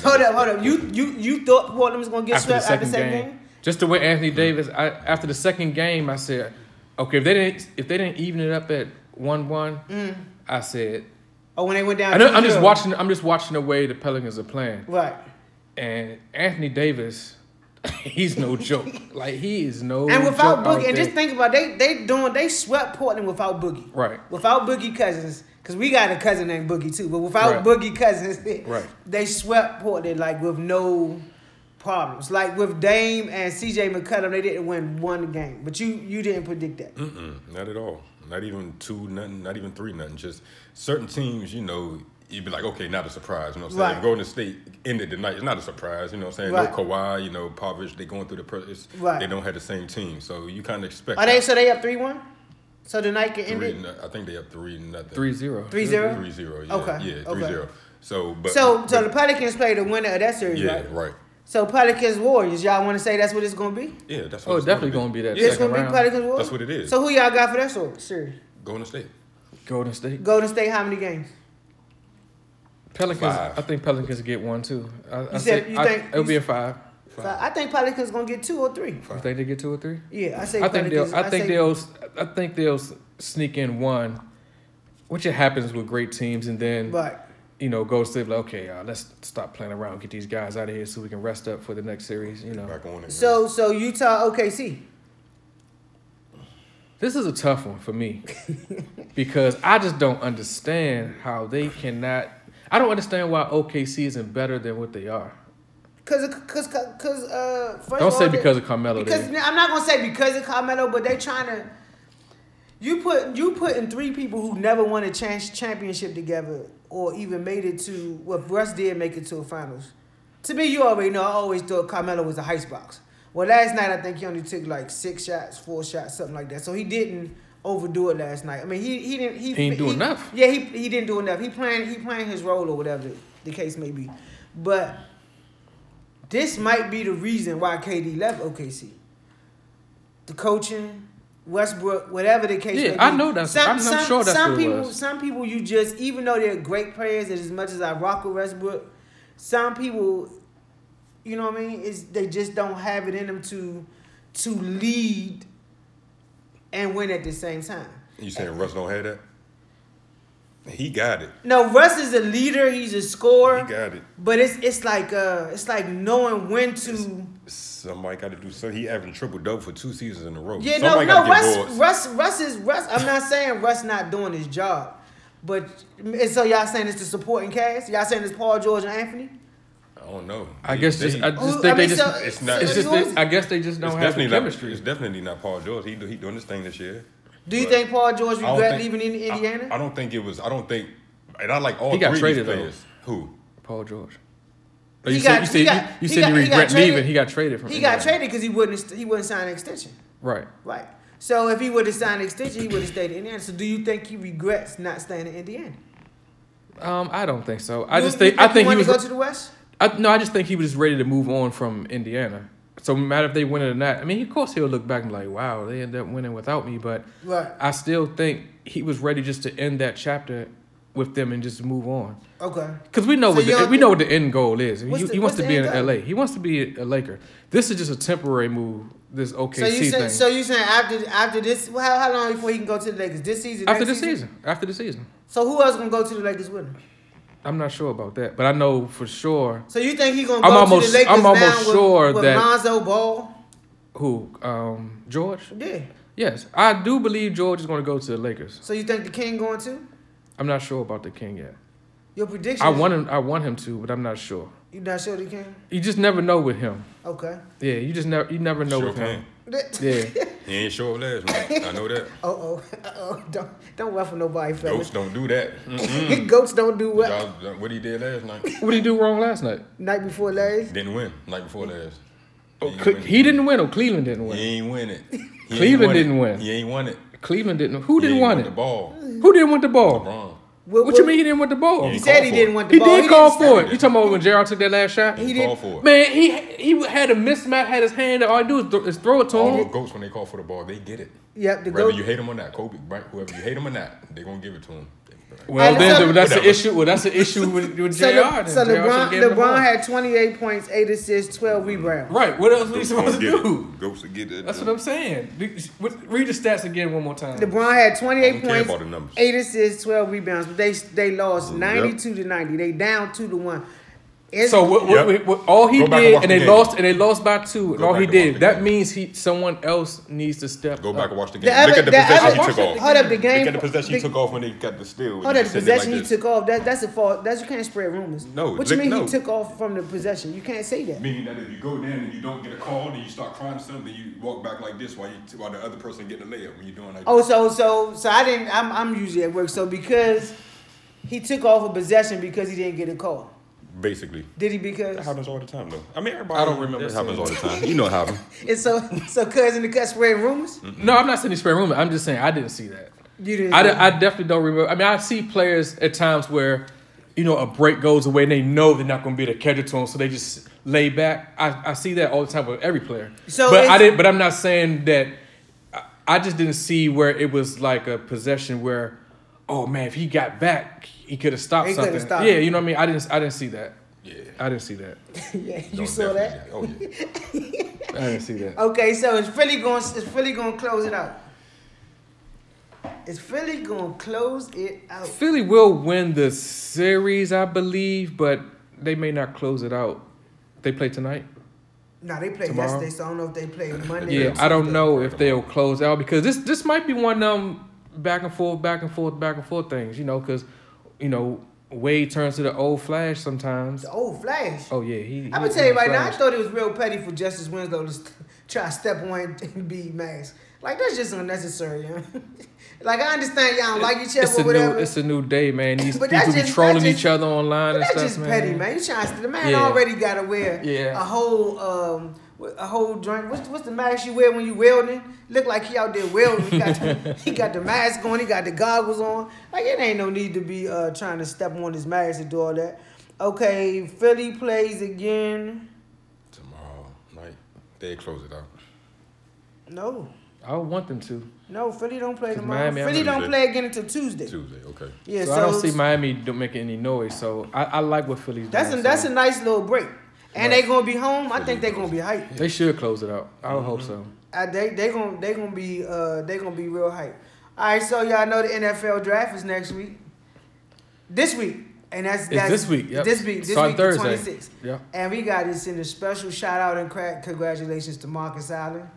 Speaker 1: Hold up, hold up. You you you thought Portland was gonna get
Speaker 2: after the
Speaker 1: swept
Speaker 2: second
Speaker 1: after the second
Speaker 2: game.
Speaker 1: game?
Speaker 2: Just the way Anthony Davis. I, after the second game, I said, okay, if they didn't if they didn't even it up at one one,
Speaker 1: Mm.
Speaker 2: I said.
Speaker 1: Oh, when they went down.
Speaker 2: I know, I'm just
Speaker 1: 2-0.
Speaker 2: watching. I'm just watching the way the Pelicans are playing,
Speaker 1: Right.
Speaker 2: and Anthony Davis, he's no joke. like he is no.
Speaker 1: And without
Speaker 2: joke out
Speaker 1: Boogie, and
Speaker 2: there.
Speaker 1: just think about they they doing they swept Portland without Boogie.
Speaker 2: Right.
Speaker 1: Without Boogie Cousins, because we got a cousin named Boogie too, but without
Speaker 2: Right.
Speaker 1: Boogie Cousins,
Speaker 2: Right.
Speaker 1: they swept Portland like with no problems. Like with Dame and CJ McCullum, they didn't win one game. But you you didn't predict that.
Speaker 2: Mm.
Speaker 3: Mm-mm, not at all. Not even two, nothing. Not even three, nothing. Just certain teams, you know, you'd be like, okay, not a surprise. You know what I'm saying?
Speaker 1: Right.
Speaker 3: Golden State ended the night. It's not a surprise. You know what I'm saying?
Speaker 1: Right.
Speaker 3: No Kawhi. You know, Povich. They going through the. Pre- it's,
Speaker 1: Right.
Speaker 3: They don't have the same team, so you kind of expect.
Speaker 1: Are they
Speaker 3: that.
Speaker 1: so they up three one? So the night can end
Speaker 3: three?
Speaker 1: it
Speaker 3: No, I think they up three nothing.
Speaker 2: three zero.
Speaker 1: three zero.
Speaker 3: Three zero. Yeah.
Speaker 1: Okay,
Speaker 3: Yeah.
Speaker 1: okay.
Speaker 3: Three zero. So, but
Speaker 1: So so the
Speaker 3: but-
Speaker 1: Pelicans play the winner of that series,
Speaker 3: yeah,
Speaker 1: right?
Speaker 3: right.
Speaker 1: So Pelicans Warriors, y'all want to say that's what it's gonna be?
Speaker 3: Yeah, that's.
Speaker 2: Oh,
Speaker 3: it's
Speaker 2: definitely
Speaker 3: gonna
Speaker 2: gonna be that.
Speaker 3: Yeah.
Speaker 1: It's
Speaker 2: second
Speaker 1: gonna be
Speaker 2: round.
Speaker 1: Pelicans Warriors.
Speaker 3: That's what it is.
Speaker 1: So who y'all got for that sort series?
Speaker 3: Golden State.
Speaker 2: Golden State.
Speaker 1: Golden State, how many games?
Speaker 2: Pelicans.
Speaker 3: Five.
Speaker 2: I think Pelicans get one too. I, I
Speaker 1: You said-
Speaker 2: said
Speaker 1: you
Speaker 2: I-
Speaker 1: think-
Speaker 2: it'll
Speaker 1: you
Speaker 2: be a
Speaker 1: s-
Speaker 2: five.
Speaker 1: So I think Pelicans gonna get two or three.
Speaker 2: You think they get two or three?
Speaker 1: Yeah, I say.
Speaker 2: I think
Speaker 1: Pelicans,
Speaker 2: they'll. I think
Speaker 1: say-
Speaker 2: they'll. I think they'll s- sneak in one, which it happens with great teams, and then
Speaker 1: But
Speaker 2: you know, Golden State like, okay, uh, let's stop playing around, get these guys out of here, so we can rest up for the next series. You know,
Speaker 3: Back on it.
Speaker 1: so so Utah OKC.
Speaker 2: this is a tough one for me because I just don't understand how they cannot. I don't understand why OKC isn't better than what they are.
Speaker 1: Cause, of- cause, cause, cause, uh, first
Speaker 2: Don't
Speaker 1: of
Speaker 2: say
Speaker 1: all, they-
Speaker 2: because of Carmelo.
Speaker 1: Because
Speaker 2: then.
Speaker 1: I'm not gonna say because of Carmelo, but they trying to. You put you putting three people who never won a chance championship together, or even made it to well, Russ did make it to a finals. To me, you already know. I always thought Carmelo was a heist box. Well, last night I think he only took like six shots, four shots, something like that. So he didn't overdo it last night. I mean, he he didn't he,
Speaker 2: He didn't do enough.
Speaker 1: Yeah, he he didn't do enough. He playing he playing his role or whatever the case may be, but this might be the reason why KD left OKC. The coaching, Westbrook, whatever the case.
Speaker 2: Yeah,
Speaker 1: may be.
Speaker 2: I know that's- I'm- I'm sure that's
Speaker 1: some
Speaker 2: what it
Speaker 1: people.
Speaker 2: was.
Speaker 1: Some people you just even though they're great players, and as much as I rock with Westbrook, some people, you know what I mean? Is they just don't have it in them to to lead and win at the same time.
Speaker 3: you saying Russ don't have that? He got it.
Speaker 1: No, Russ is a leader. He's a scorer.
Speaker 3: He got it.
Speaker 1: But it's it's like uh it's like knowing when to.
Speaker 3: Somebody got to do something. He having triple double for two seasons in a row.
Speaker 1: Yeah, no,
Speaker 3: Somebody
Speaker 1: no.
Speaker 3: gotta get
Speaker 1: Russ,
Speaker 3: boards.
Speaker 1: Russ, Russ is Russ. I'm not saying Russ not doing his job, but and so y'all saying it's the supporting cast. Y'all saying it's Paul George and Anthony.
Speaker 3: I don't know.
Speaker 2: I guess
Speaker 3: They-
Speaker 2: just I just
Speaker 1: Who-
Speaker 2: think
Speaker 1: I mean,
Speaker 2: they just
Speaker 1: so-
Speaker 3: it's not-
Speaker 2: it's
Speaker 1: so
Speaker 2: just
Speaker 1: who
Speaker 2: they,
Speaker 1: is-
Speaker 2: I guess they just don't
Speaker 3: it's
Speaker 2: have the
Speaker 3: definitely not.
Speaker 2: chemistry.
Speaker 3: It's definitely not Paul George. He do- he doing this thing this year.
Speaker 1: do you
Speaker 3: but
Speaker 1: think Paul George
Speaker 3: I don't
Speaker 1: regret
Speaker 3: think-
Speaker 1: leaving in Indiana?
Speaker 3: I, I don't think it was. I don't think. And I like all
Speaker 2: He
Speaker 3: three
Speaker 2: got
Speaker 3: of these
Speaker 2: traded, though.
Speaker 3: players. Who?
Speaker 2: Paul George. Oh,
Speaker 1: He
Speaker 2: you said
Speaker 1: got-
Speaker 2: you
Speaker 1: he
Speaker 2: said
Speaker 1: got-
Speaker 2: you, you
Speaker 1: he
Speaker 2: said
Speaker 1: got-
Speaker 2: you
Speaker 1: he got
Speaker 2: regret
Speaker 1: traded-
Speaker 2: leaving. He got traded from.
Speaker 1: he got
Speaker 2: Indiana.
Speaker 1: traded because he wouldn't he wouldn't sign an extension,
Speaker 2: Right.
Speaker 1: right? So if he would have signed an extension, he would have stayed in Indiana. So do you think he regrets not staying in Indiana?
Speaker 2: Um, I don't think so. I
Speaker 1: You-
Speaker 2: just
Speaker 1: you
Speaker 2: think I think he
Speaker 1: wanted
Speaker 2: was.
Speaker 1: to go to the West.
Speaker 2: I, no, I just think he was ready to move on from Indiana. So no matter if they win it or not, I mean, of course he'll look back and be like, "Wow, they ended up winning without me." But
Speaker 1: Right.
Speaker 2: I still think he was ready just to end that chapter with them and just move on.
Speaker 1: Okay.
Speaker 2: Because we know
Speaker 1: So
Speaker 2: what
Speaker 1: you
Speaker 2: the,
Speaker 1: don't
Speaker 2: we
Speaker 1: think-
Speaker 2: know what the end goal is. He,
Speaker 1: What's the-
Speaker 2: he wants
Speaker 1: what's
Speaker 2: to
Speaker 1: the
Speaker 2: be in
Speaker 1: end goal?
Speaker 2: LA. He wants to be a Laker. This is just a temporary move. This OKC
Speaker 1: So you
Speaker 2: thing.
Speaker 1: saying so you saying after after this well, how, how long before he can go to the Lakers this season?
Speaker 2: after
Speaker 1: next
Speaker 2: the season, after the season,
Speaker 1: So who else gonna go to the Lakers with him?
Speaker 2: I'm not sure about that, but I know for sure
Speaker 1: So you think he gonna go
Speaker 2: I'm almost-
Speaker 1: to the Lakers
Speaker 2: I'm almost
Speaker 1: now with,
Speaker 2: sure
Speaker 1: with
Speaker 2: that-
Speaker 1: Lonzo Ball?
Speaker 2: who um, George.
Speaker 1: Yeah.
Speaker 2: Yes, I do believe George is going to go to the Lakers.
Speaker 1: So you think the King going to?
Speaker 2: I'm not sure about the King yet.
Speaker 1: Your prediction?
Speaker 2: I want him. I want him to, but I'm not sure.
Speaker 1: You not sure the King?
Speaker 2: You just never know with him.
Speaker 1: Okay.
Speaker 2: Yeah, you just never. You never know
Speaker 3: Sure
Speaker 2: with him.
Speaker 3: can.
Speaker 2: Yeah.
Speaker 3: He ain't show up last night. I know that.
Speaker 1: Uh oh. Uh oh. Don't don't ruffle nobody,
Speaker 3: Goats
Speaker 1: fellas.
Speaker 3: don't do that.
Speaker 1: Goats don't do well.
Speaker 3: Y'all- what he did last night
Speaker 2: what did he do wrong last night?
Speaker 1: Night before last.
Speaker 3: didn't win. Night before last.
Speaker 2: Oh,
Speaker 3: ain't
Speaker 2: Cle-
Speaker 3: win it.
Speaker 2: he didn't win. Or Cleveland didn't
Speaker 3: He
Speaker 2: win.
Speaker 3: ain't win it. He ain't
Speaker 2: Cleveland
Speaker 3: it.
Speaker 2: didn't win.
Speaker 3: He ain't won it.
Speaker 2: Cleveland didn't. Who
Speaker 3: He
Speaker 2: didn't
Speaker 3: ain't
Speaker 2: want
Speaker 3: win
Speaker 2: it?
Speaker 3: the ball.
Speaker 2: Who didn't want the ball?
Speaker 3: LeBron.
Speaker 2: What, you mean he didn't want the ball?
Speaker 3: Yeah,
Speaker 1: He
Speaker 2: He,
Speaker 3: didn't
Speaker 1: said
Speaker 3: call
Speaker 1: he
Speaker 3: for
Speaker 1: didn't
Speaker 3: it.
Speaker 1: want the ball.
Speaker 2: did call
Speaker 1: didn't
Speaker 2: for
Speaker 1: stop
Speaker 2: it. You talking about when Gerald took that last shot?
Speaker 1: He
Speaker 3: Call
Speaker 1: didn't.
Speaker 3: for it.
Speaker 2: Man, he he had a mismatch, had his hand. All he do is, th- is throw it to
Speaker 3: All
Speaker 2: him.
Speaker 3: the goats when they call for the ball, they get it.
Speaker 1: Yep. The
Speaker 3: Whether
Speaker 1: goat.
Speaker 3: you hate them or not, Kobe Bryant, whoever you hate them or not, they gonna give it to him.
Speaker 2: Well,
Speaker 1: And
Speaker 2: then
Speaker 1: so-
Speaker 2: th- that's the
Speaker 3: Whatever.
Speaker 2: issue. Well, that's the issue with, with
Speaker 1: So,
Speaker 2: JR.
Speaker 1: Le-
Speaker 2: then.
Speaker 1: so
Speaker 2: JR should've
Speaker 1: LeBron,
Speaker 2: gave him the ball.
Speaker 1: LeBron had 28 points, 8 assists, 12 rebounds.
Speaker 2: right. What else are we
Speaker 3: Goats
Speaker 2: supposed to
Speaker 3: gonna get it.
Speaker 2: do?
Speaker 3: Goats will get it.
Speaker 2: That's what I'm saying. Re- what- Read the stats again one more time.
Speaker 1: LeBron had 28
Speaker 3: I don't care about the
Speaker 1: points,
Speaker 3: numbers.
Speaker 1: 8 assists, 12 rebounds, but they they lost
Speaker 3: Yep.
Speaker 1: 92 to 90. They down 2 to 1. It's-
Speaker 2: so what, what,
Speaker 3: Yep.
Speaker 2: what- all he
Speaker 3: Go back and
Speaker 2: did,
Speaker 3: watch
Speaker 2: and
Speaker 3: the
Speaker 2: they
Speaker 3: game.
Speaker 2: lost, and they lost by two. And
Speaker 3: Go
Speaker 2: all
Speaker 3: back
Speaker 2: he
Speaker 3: and watch
Speaker 2: did,
Speaker 3: the
Speaker 2: that
Speaker 3: game.
Speaker 2: means he someone else needs to step.
Speaker 3: Go back and watch the
Speaker 1: The
Speaker 3: game.
Speaker 1: other-
Speaker 3: Look at the,
Speaker 1: the
Speaker 3: possession
Speaker 1: other-
Speaker 3: he took off.
Speaker 1: Hold up, the game-
Speaker 3: Look at the possession
Speaker 1: the-
Speaker 3: he took off when they got the steal.
Speaker 1: Oh, that
Speaker 3: just sitting there
Speaker 1: possession
Speaker 3: like
Speaker 1: he
Speaker 3: this.
Speaker 1: took off, that, that's a fault. That's you can't spread rumors.
Speaker 3: No,
Speaker 1: What you
Speaker 3: Lick,
Speaker 1: mean
Speaker 3: no.
Speaker 1: he took off from the possession? You can't say that.
Speaker 3: Meaning that if you go down and you don't get a call, then you start crying something, you walk back like this while you while the other person getting the layup when you're doing like
Speaker 1: Oh, so so so I didn't I'm I'm usually at work. So because he took off a possession because he didn't get a call.
Speaker 3: Basically.
Speaker 1: Did he because
Speaker 3: It happens all the time though. I mean everybody
Speaker 2: I don't remember
Speaker 3: It
Speaker 2: seeing
Speaker 3: happens all the time. You know how
Speaker 1: and so so cousin the cut spread rumors?
Speaker 3: Mm.
Speaker 2: No, I'm not saying he spread rumor. I'm just saying I didn't see that.
Speaker 1: You didn't
Speaker 2: I,
Speaker 1: see
Speaker 2: de- I definitely don't remember. I mean, I see players at times where, you know, a break goes away and they know they're not going to be the catcher to them, so they just lay back. I, I see that all the time with every player.
Speaker 1: So
Speaker 2: but I
Speaker 1: it's-
Speaker 2: didn't. But I'm not saying that. I, I just didn't see where it was like a possession where, oh man, if he got back, he could have stopped
Speaker 1: He coulda
Speaker 2: something.
Speaker 1: stopped
Speaker 2: Yeah,
Speaker 1: it.
Speaker 2: you know what I mean. I didn't. I didn't see that.
Speaker 3: Yeah.
Speaker 2: I didn't see that.
Speaker 1: yeah, you
Speaker 3: No,
Speaker 1: saw that?
Speaker 3: definitely. Oh yeah.
Speaker 2: I didn't see that.
Speaker 1: Okay, so it's Philly going. It's Philly going to close it out. It's Philly going to close it out.
Speaker 2: Philly will win the series, I believe, but they may not close it out. They play tonight.
Speaker 1: No, they played
Speaker 2: Tomorrow?
Speaker 1: yesterday, so I don't know if they played Monday.
Speaker 2: Yeah, I don't know if they'll close out because this this might be one of them back and forth, back and forth, back and forth things. You know, because you know Wade turns to the old Flash sometimes.
Speaker 1: Oh, Flash!
Speaker 2: Oh yeah, he.
Speaker 1: I'm
Speaker 2: he-
Speaker 1: gonna tell you
Speaker 2: he
Speaker 1: right now. I
Speaker 2: Flash.
Speaker 1: thought it was real petty for Justice Winslow to st- try to step on and be masked. Like that's just unnecessary. You know? like I understand y'all don't like each other,
Speaker 2: It's a
Speaker 1: or whatever.
Speaker 2: new, it's a new day, man. These
Speaker 1: But
Speaker 2: people
Speaker 1: that's
Speaker 2: be
Speaker 1: just-
Speaker 2: trolling
Speaker 1: that's just-
Speaker 2: each other
Speaker 1: but
Speaker 2: online and
Speaker 1: that's
Speaker 2: stuff,
Speaker 1: just
Speaker 2: man.
Speaker 1: petty, man. You trying to the man
Speaker 2: Yeah.
Speaker 1: already got to wear
Speaker 2: Yeah.
Speaker 1: a whole um a whole drink. What's what's the mask you wear when you welding? Look like he out there welding. He got the, he got the mask on. He got the goggles on. Like it ain't no need to be uh trying to step on his mask and do all that. Okay, Philly plays again.
Speaker 3: Tomorrow night. They close it out.
Speaker 1: No,
Speaker 2: I don't want them to.
Speaker 1: no, Philly don't play
Speaker 2: 'Cause
Speaker 1: tomorrow.
Speaker 2: Miami on
Speaker 1: Philly don't
Speaker 3: Tuesday.
Speaker 1: play again until Tuesday.
Speaker 3: Tuesday, okay.
Speaker 1: Yeah,
Speaker 2: so,
Speaker 1: so,
Speaker 2: I don't see Miami don't making any noise. So I, I like what Philly's
Speaker 1: that's a,
Speaker 2: doing.
Speaker 1: that's
Speaker 2: so
Speaker 1: a nice little break. And they gonna be home. I think they gonna be hyped.
Speaker 2: they should close it out. I would hope so.
Speaker 1: I, they they gonna they gonna be uh they gonna be real hype. All right, so y'all know the NFL draft is next week. This week. And that's,
Speaker 2: It's
Speaker 1: that's
Speaker 2: this week, yep.
Speaker 1: This week. This week,
Speaker 2: Starting Thursday.
Speaker 1: the 26th.
Speaker 2: Yeah.
Speaker 1: And we got to send a special shout out and cra- congratulations to Marcus Allen,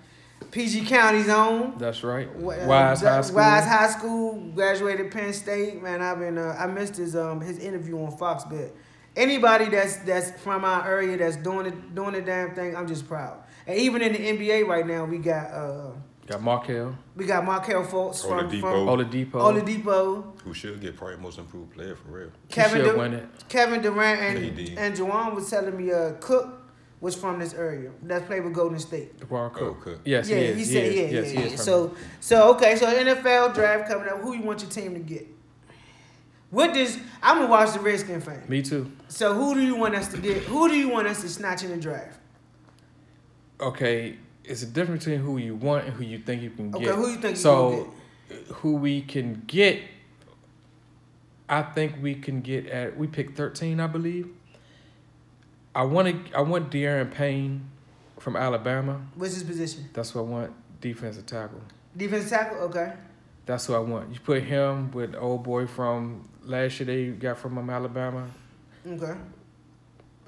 Speaker 1: PG County's own.
Speaker 2: That's right.
Speaker 1: Wa- uh,
Speaker 2: Wise
Speaker 1: Ju-
Speaker 2: High School.
Speaker 1: Wise High School graduated Penn State. Man, I've been uh, I missed his um his interview on Fox, but anybody that's that's from our area that's doing it doing the damn thing, I'm just proud. And even in the NBA right now, we got uh
Speaker 2: Got Markel,
Speaker 1: we got Markel Fultz from, from
Speaker 3: Oladipo.
Speaker 2: Oladipo.
Speaker 1: Oladipo,
Speaker 3: Who should get probably most improved player for real.
Speaker 1: Kevin
Speaker 2: should
Speaker 1: Du-
Speaker 2: win it.
Speaker 1: Kevin Durant and
Speaker 3: KD.
Speaker 1: and Juwan was telling me uh Cook was from this area. That's played with Golden State.
Speaker 2: DeVar Cook.
Speaker 3: Cook.
Speaker 2: Yes,
Speaker 1: yeah,
Speaker 2: he is.
Speaker 1: he said,
Speaker 2: is.
Speaker 1: yeah,
Speaker 2: yes,
Speaker 1: yeah,
Speaker 2: he
Speaker 1: yeah.
Speaker 2: is.
Speaker 1: So, so okay, so NFL draft coming up. Who you want your team to get? What does I'm gonna watch the Redskin fan.
Speaker 2: me too.
Speaker 1: So who do you want us to get? Who do you want us to snatch in the draft?
Speaker 2: okay, it's a difference between who you want and who you think you can
Speaker 1: Okay,
Speaker 2: get.
Speaker 1: who you think you
Speaker 2: so, who we can get? I think we can get at we pick thirteen, I believe. I want to. I want De'Aaron Payne from Alabama.
Speaker 1: What's his position?
Speaker 2: That's what I want. Defensive tackle.
Speaker 1: Defense tackle. Okay.
Speaker 2: That's who I want. You put him with the old boy from last year. They got from him Alabama.
Speaker 1: Okay.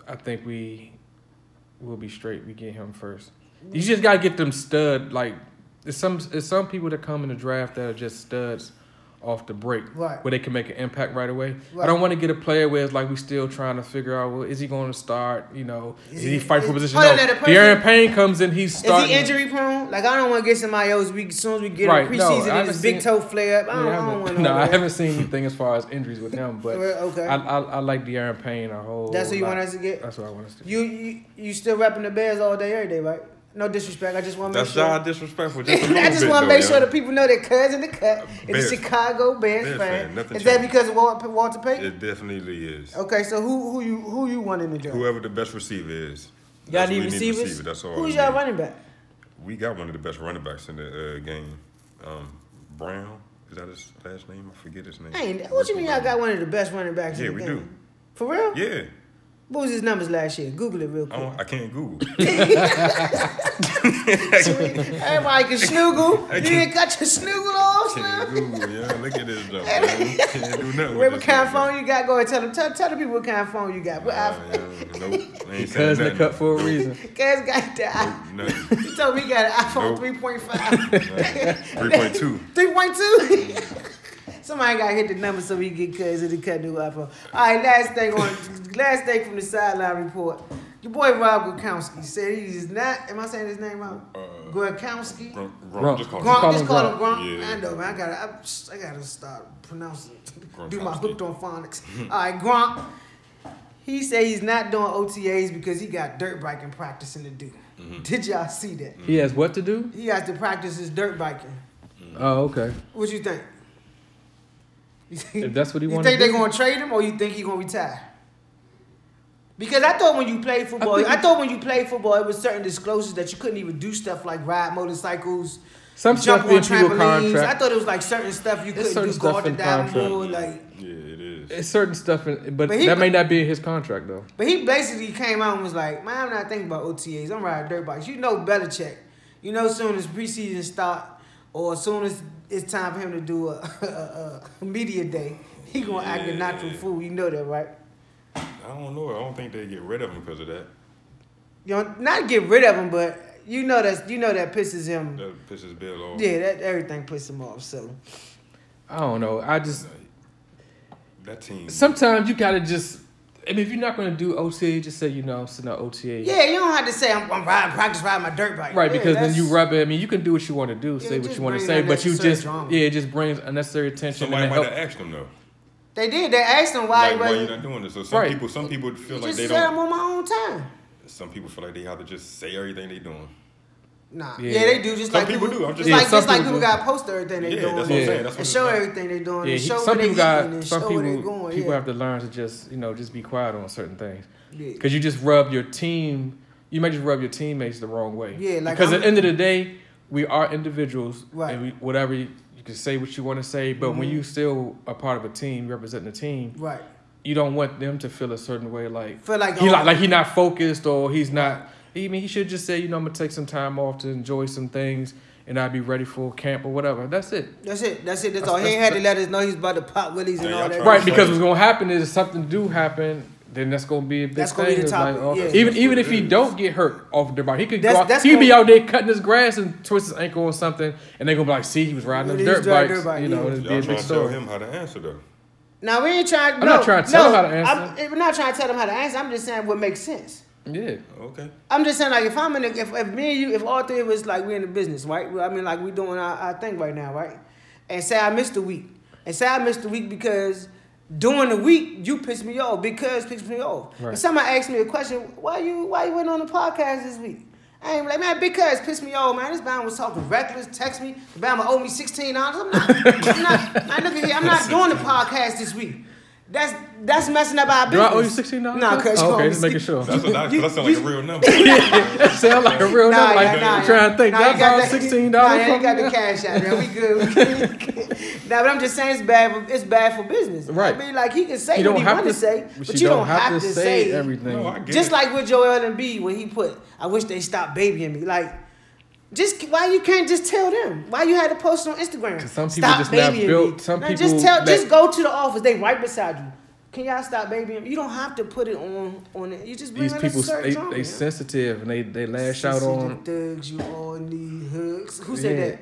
Speaker 2: I think we will be straight. We get him first.
Speaker 1: Mm.
Speaker 2: You just gotta get them stud. Like there's some there's some people that come in the draft that are just studs off the break,
Speaker 1: Right.
Speaker 2: where they can make an impact right away. I
Speaker 1: Right.
Speaker 2: don't want to get a player where it's like we still trying to figure out well is he going to start? You know, is,
Speaker 1: Is
Speaker 2: he,
Speaker 1: he-
Speaker 2: fight for
Speaker 1: is-
Speaker 2: position?
Speaker 1: oh, no,
Speaker 2: no,
Speaker 1: no, the person-
Speaker 2: De'Aaron Payne comes in, he's
Speaker 1: Is
Speaker 2: starting.
Speaker 1: he injury prone? Like I don't want to get somebody else. We as soon as we get
Speaker 2: Right,
Speaker 1: him
Speaker 2: no, I
Speaker 1: preseason, it's
Speaker 2: haven't
Speaker 1: his big
Speaker 2: seen-
Speaker 1: toe flare up. I
Speaker 2: Yeah, I
Speaker 1: don't, I don't want
Speaker 2: haven't-
Speaker 1: all
Speaker 2: no, I
Speaker 1: that.
Speaker 2: haven't seen anything as far as injuries with him, but
Speaker 1: Well, okay.
Speaker 2: I, I I like De'Aaron Payne a whole.
Speaker 1: That's who you
Speaker 2: lot.
Speaker 1: want us to get?
Speaker 2: That's what I want us to.
Speaker 1: You, you you still repping the Bears all day every day, right? No disrespect. I just want to make
Speaker 3: That's
Speaker 1: sure.
Speaker 3: y'all disrespectful. Just a little
Speaker 1: I just
Speaker 3: bit,
Speaker 1: want to
Speaker 3: though,
Speaker 1: make sure
Speaker 3: y'all.
Speaker 1: the people know that Cuz in the cut is
Speaker 3: Bears.
Speaker 1: a Chicago Bears, fan.
Speaker 3: Bears fan, nothing
Speaker 1: Is that
Speaker 3: changed.
Speaker 1: because of Walter, Walter Payton?
Speaker 3: It definitely is.
Speaker 1: okay, so who who you who you want in the draft?
Speaker 3: Whoever the best receiver is.
Speaker 1: Y'all
Speaker 3: That's-
Speaker 1: need
Speaker 3: we
Speaker 1: receivers.
Speaker 3: receiver, That's all.
Speaker 1: Who's
Speaker 3: we
Speaker 1: y'all
Speaker 3: need.
Speaker 1: running back?
Speaker 3: We got one of the best running backs in the uh, game. Um, Brown. Is that his last name? I forget his name.
Speaker 1: Hey, what you mean y'all got one of the best running backs?
Speaker 3: Yeah,
Speaker 1: in the
Speaker 3: we
Speaker 1: game?
Speaker 3: do.
Speaker 1: For real?
Speaker 3: Yeah. Oh.
Speaker 1: What was his numbers last year? Google it real
Speaker 3: I,
Speaker 1: quick.
Speaker 3: don't, I can't Google.
Speaker 1: Everybody can snoogle. you
Speaker 3: can't-
Speaker 1: didn't got your snoogle off,
Speaker 3: can't
Speaker 1: Slim.
Speaker 3: Google. Yeah, look at this though. man. Can't do nothing.
Speaker 1: Whatever
Speaker 3: with this
Speaker 1: kind of
Speaker 3: nigga.
Speaker 1: phone you got, go ahead tell them. Tell, tell the people what kind of phone you got. But
Speaker 3: Nah,
Speaker 1: I,
Speaker 3: yeah, nope. I
Speaker 2: get.
Speaker 3: ain't
Speaker 2: Cuz in the
Speaker 3: saying
Speaker 2: cut for a
Speaker 3: nothing.
Speaker 2: reason.
Speaker 1: Cuz got the. I,
Speaker 3: Nope, nothing.
Speaker 1: he told me he got an iPhone
Speaker 3: Nope.
Speaker 1: 3.5.
Speaker 3: Three point two.
Speaker 1: Three point two. Somebody gotta hit the number so we can get cuz of the cut new iPhone. All right, last thing on last thing from the sideline report. Your boy Rob Gronkowski said he's not. Am I saying his name wrong?
Speaker 3: Uh,
Speaker 1: Gronkowski. Gronk.
Speaker 3: Wrong, wrong. Just call
Speaker 2: Wrong.
Speaker 3: him.
Speaker 1: Just
Speaker 2: him
Speaker 1: call him
Speaker 2: Gronk.
Speaker 1: Gronk.
Speaker 3: Yeah.
Speaker 1: I know, man. I gotta. I, psh, I gotta start pronouncing. Do my
Speaker 3: Gronkowski.
Speaker 1: hooked on phonics. All right, Gronk. He said he's not doing OTAs because he got dirt biking practicing to do.
Speaker 3: Mm-hmm.
Speaker 1: Did y'all see that?
Speaker 2: He has what to do?
Speaker 1: He has to practice his dirt biking.
Speaker 2: Oh, okay.
Speaker 1: What you think? You think
Speaker 2: If that's what he
Speaker 1: you
Speaker 2: want
Speaker 1: think
Speaker 2: to
Speaker 1: they're
Speaker 2: do.
Speaker 1: gonna trade him, or you think he's gonna retire? Because I thought when you played football, I,
Speaker 2: think-
Speaker 1: thought when you played football, it was certain disclosures that you couldn't even do stuff like ride motorcycles,
Speaker 2: Some
Speaker 1: jump
Speaker 2: stuff
Speaker 1: on
Speaker 2: in people
Speaker 1: trampolines. I
Speaker 2: contract.
Speaker 1: thought it was like certain stuff you
Speaker 2: There's
Speaker 1: couldn't do,
Speaker 2: certain stuff
Speaker 1: go out the
Speaker 2: in
Speaker 1: diving
Speaker 2: contract.
Speaker 1: board, like.
Speaker 3: Yeah, it is.
Speaker 2: It's certain stuff, in, but,
Speaker 1: But he-
Speaker 2: that may not be in his contract though.
Speaker 1: But he basically came out and was like, "Man, I'm not thinking about OTAs. I'm riding dirt bikes." You know Belichick. You know, as soon as preseason start, or as soon as it's time for him to do a, a, a media day, he gonna act a natural
Speaker 3: Yeah.
Speaker 1: fool. You know that, right?
Speaker 3: I don't know. I don't think they get rid of him because of that.
Speaker 1: You know, not get rid of him, but you know that you know that pisses him.
Speaker 3: That pisses Bill off.
Speaker 1: Yeah, that everything pisses him off. So
Speaker 2: I don't know. I just
Speaker 3: That team.
Speaker 2: sometimes you gotta just. I mean, if you're not gonna do OTA, just say you know I'm sitting out OTA.
Speaker 1: yeah, you don't have to say I'm, I'm riding practice riding my dirt bike.
Speaker 2: Right,
Speaker 1: Yeah,
Speaker 2: because then
Speaker 1: that's-
Speaker 2: you rub it. I mean, you can do what you want to do,
Speaker 1: Yeah,
Speaker 2: say
Speaker 1: it
Speaker 2: what
Speaker 1: just
Speaker 2: you want to
Speaker 1: brings
Speaker 2: say, but you
Speaker 1: unnecessary
Speaker 2: just
Speaker 1: drama.
Speaker 2: yeah, it just brings unnecessary attention
Speaker 3: Somebody
Speaker 2: and it
Speaker 3: might
Speaker 2: help.
Speaker 3: have asked him though.
Speaker 1: They did. They asked him why.
Speaker 3: Like,
Speaker 1: he
Speaker 3: why
Speaker 1: wasn't-
Speaker 3: you not doing this? So some
Speaker 2: Right.
Speaker 3: people, some people feel
Speaker 1: he
Speaker 3: like
Speaker 1: just
Speaker 3: they
Speaker 1: said
Speaker 3: don't.
Speaker 1: I'm on my own time.
Speaker 3: Some people feel like they have to just say everything they doing.
Speaker 1: Nah. Yeah.
Speaker 2: Yeah.
Speaker 1: they do. Just
Speaker 3: Some
Speaker 1: like
Speaker 3: people
Speaker 1: people,
Speaker 3: do, I'm just
Speaker 1: just
Speaker 2: saying.
Speaker 1: like just
Speaker 2: Yeah, some
Speaker 1: like people
Speaker 2: people
Speaker 1: got to post everything they
Speaker 3: Yeah,
Speaker 1: doing.
Speaker 3: that's
Speaker 2: what I'm saying.
Speaker 3: That's what
Speaker 1: and
Speaker 3: I'm
Speaker 1: show
Speaker 3: saying.
Speaker 1: everything they doing.
Speaker 2: Yeah,
Speaker 1: and
Speaker 2: he-
Speaker 1: show
Speaker 2: some
Speaker 1: where
Speaker 2: people
Speaker 1: they
Speaker 2: got
Speaker 1: eating and
Speaker 2: some
Speaker 1: show where they
Speaker 2: people
Speaker 1: going.
Speaker 2: people
Speaker 1: yeah.
Speaker 2: have to learn to just you know just be quiet on certain things
Speaker 1: Yeah.
Speaker 2: because you just rub your team. You may just rub your teammates the wrong way.
Speaker 1: Yeah, like
Speaker 2: because at
Speaker 1: I'm-
Speaker 2: the end of the day, we are individuals,
Speaker 1: Right. Mm-hmm.
Speaker 2: And we, whatever you, you can say what you want to say, but when you still a part of a team, representing a team,
Speaker 1: Right.
Speaker 2: you don't want them to feel a certain way, like
Speaker 1: Feel like,
Speaker 2: he
Speaker 1: oh.
Speaker 2: like, like he not focused or he's not He I mean he should just say, you know, I'm gonna take some time off to enjoy some things, and I'll be ready for camp or whatever. That's it.
Speaker 1: That's it. That's it. That's, all. He ain't had to let us know he's about to pop willies and
Speaker 3: Yeah,
Speaker 1: all
Speaker 3: y'all
Speaker 1: that.
Speaker 3: trying
Speaker 2: Right, because what's gonna happen is if something do happen, then that's gonna be a big
Speaker 1: That's
Speaker 2: thing.
Speaker 1: gonna be the
Speaker 2: It's
Speaker 1: topic,
Speaker 2: oh,
Speaker 1: yeah.
Speaker 2: Even even if he don't get hurt off the bike, he could
Speaker 1: That's-
Speaker 2: go out,
Speaker 1: that's
Speaker 2: he could be
Speaker 1: gonna-
Speaker 2: out there cutting his grass and twist his ankle or something, and they gonna be like, see, he was riding
Speaker 1: Well,
Speaker 2: a
Speaker 1: he was
Speaker 2: dirt
Speaker 1: riding
Speaker 2: bike.
Speaker 1: dirt bike,
Speaker 2: You know,
Speaker 1: yeah.
Speaker 2: it'd be a
Speaker 3: Y'all trying
Speaker 2: big
Speaker 3: to tell
Speaker 2: story.
Speaker 3: him how to answer though.
Speaker 1: Now we ain't trying. I'm no,
Speaker 2: not trying to
Speaker 1: no,
Speaker 2: tell him how to answer.
Speaker 1: I'm, I'm not trying to tell him how to answer. I'm just saying what makes sense.
Speaker 2: Yeah.
Speaker 3: Okay.
Speaker 1: I'm just saying like if I'm in, a, if if me and you, if all three of us like we in the business, right? Well, I mean like we doing our, our thing right now, right? And say I missed a week, and say I missed a week because during the week you pissed me off because pissed me off.
Speaker 2: Right.
Speaker 1: And somebody asked me a question, why you why you went on the podcast this week? I ain't like man because pissed me off, man. This man was talking reckless, text me, the man owe me sixteen dollars. I'm not, I'm not, man, look at here, I'm not doing the podcast this week. That's that's messing up our
Speaker 2: Do
Speaker 1: business.
Speaker 2: I owe you sixteen dollars? Oh,
Speaker 1: Nah, cause you owe
Speaker 2: okay,
Speaker 1: me
Speaker 2: just making
Speaker 1: 16
Speaker 2: sure.
Speaker 3: That's a, that, that sounds like a real number.
Speaker 2: Sound like a real
Speaker 1: Nah,
Speaker 2: number. Like,
Speaker 1: yeah, nah,
Speaker 2: trying
Speaker 1: yeah.
Speaker 2: to think.
Speaker 1: Nah,
Speaker 2: that
Speaker 1: you got
Speaker 2: about
Speaker 1: that-
Speaker 2: sixteen
Speaker 1: Nah,
Speaker 2: dollars.
Speaker 1: you ain't got the cash out there. We good. We good. nah, but I'm just saying it's bad. For, it's bad for business.
Speaker 2: Right.
Speaker 1: I mean, like he can say
Speaker 2: You
Speaker 1: what
Speaker 2: don't
Speaker 1: he
Speaker 2: have
Speaker 1: want
Speaker 2: to
Speaker 1: to say, but you don't have to say
Speaker 2: everything.
Speaker 3: No, I get
Speaker 1: Just
Speaker 3: it.
Speaker 1: like with Joel and B when he put, "I wish they stopped babying me." Like, just why you can't just tell them? Why you had to post it on Instagram?
Speaker 2: 'Cause some people just not
Speaker 1: babying
Speaker 2: built- some
Speaker 1: No,
Speaker 2: people
Speaker 1: just tell.
Speaker 2: that-
Speaker 1: just go to the office. They right beside you. Can y'all stop babying? me? You don't have to put it on on it. You just bring
Speaker 2: These
Speaker 1: in
Speaker 2: people,
Speaker 1: a certain
Speaker 2: they,
Speaker 1: genre,
Speaker 2: they
Speaker 1: man.
Speaker 2: sensitive and they, they lash out
Speaker 1: Sensitive
Speaker 2: on.
Speaker 1: thugs. You all need hugs. Who said
Speaker 2: Yeah.
Speaker 1: that?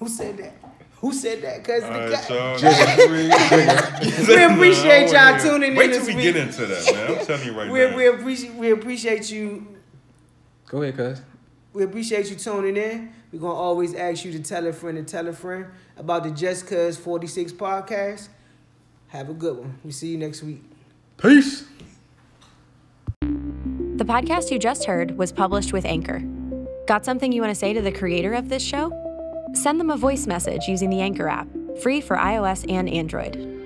Speaker 1: Who said that? Who said that? Cause
Speaker 3: All
Speaker 1: the
Speaker 3: right,
Speaker 1: guy-
Speaker 3: y'all.
Speaker 1: we appreciate y'all
Speaker 3: Nah, I wanna hear it.
Speaker 1: tuning in
Speaker 3: Wait
Speaker 1: this
Speaker 3: till we
Speaker 1: week.
Speaker 3: get into that, man. I'm telling you right
Speaker 1: we,
Speaker 3: now.
Speaker 1: we appreciate we appreciate you.
Speaker 2: Go ahead, cuz.
Speaker 1: We appreciate you tuning in. We're gonna always ask you to tell a friend and tell a friend about the Just Cause 46 podcast. Have a good one. We see you next week.
Speaker 2: Peace.
Speaker 5: The podcast you just heard was published with Anchor. Got something you want to say to the creator of this show? Send them a voice message using the Anchor app, free for iOS and Android.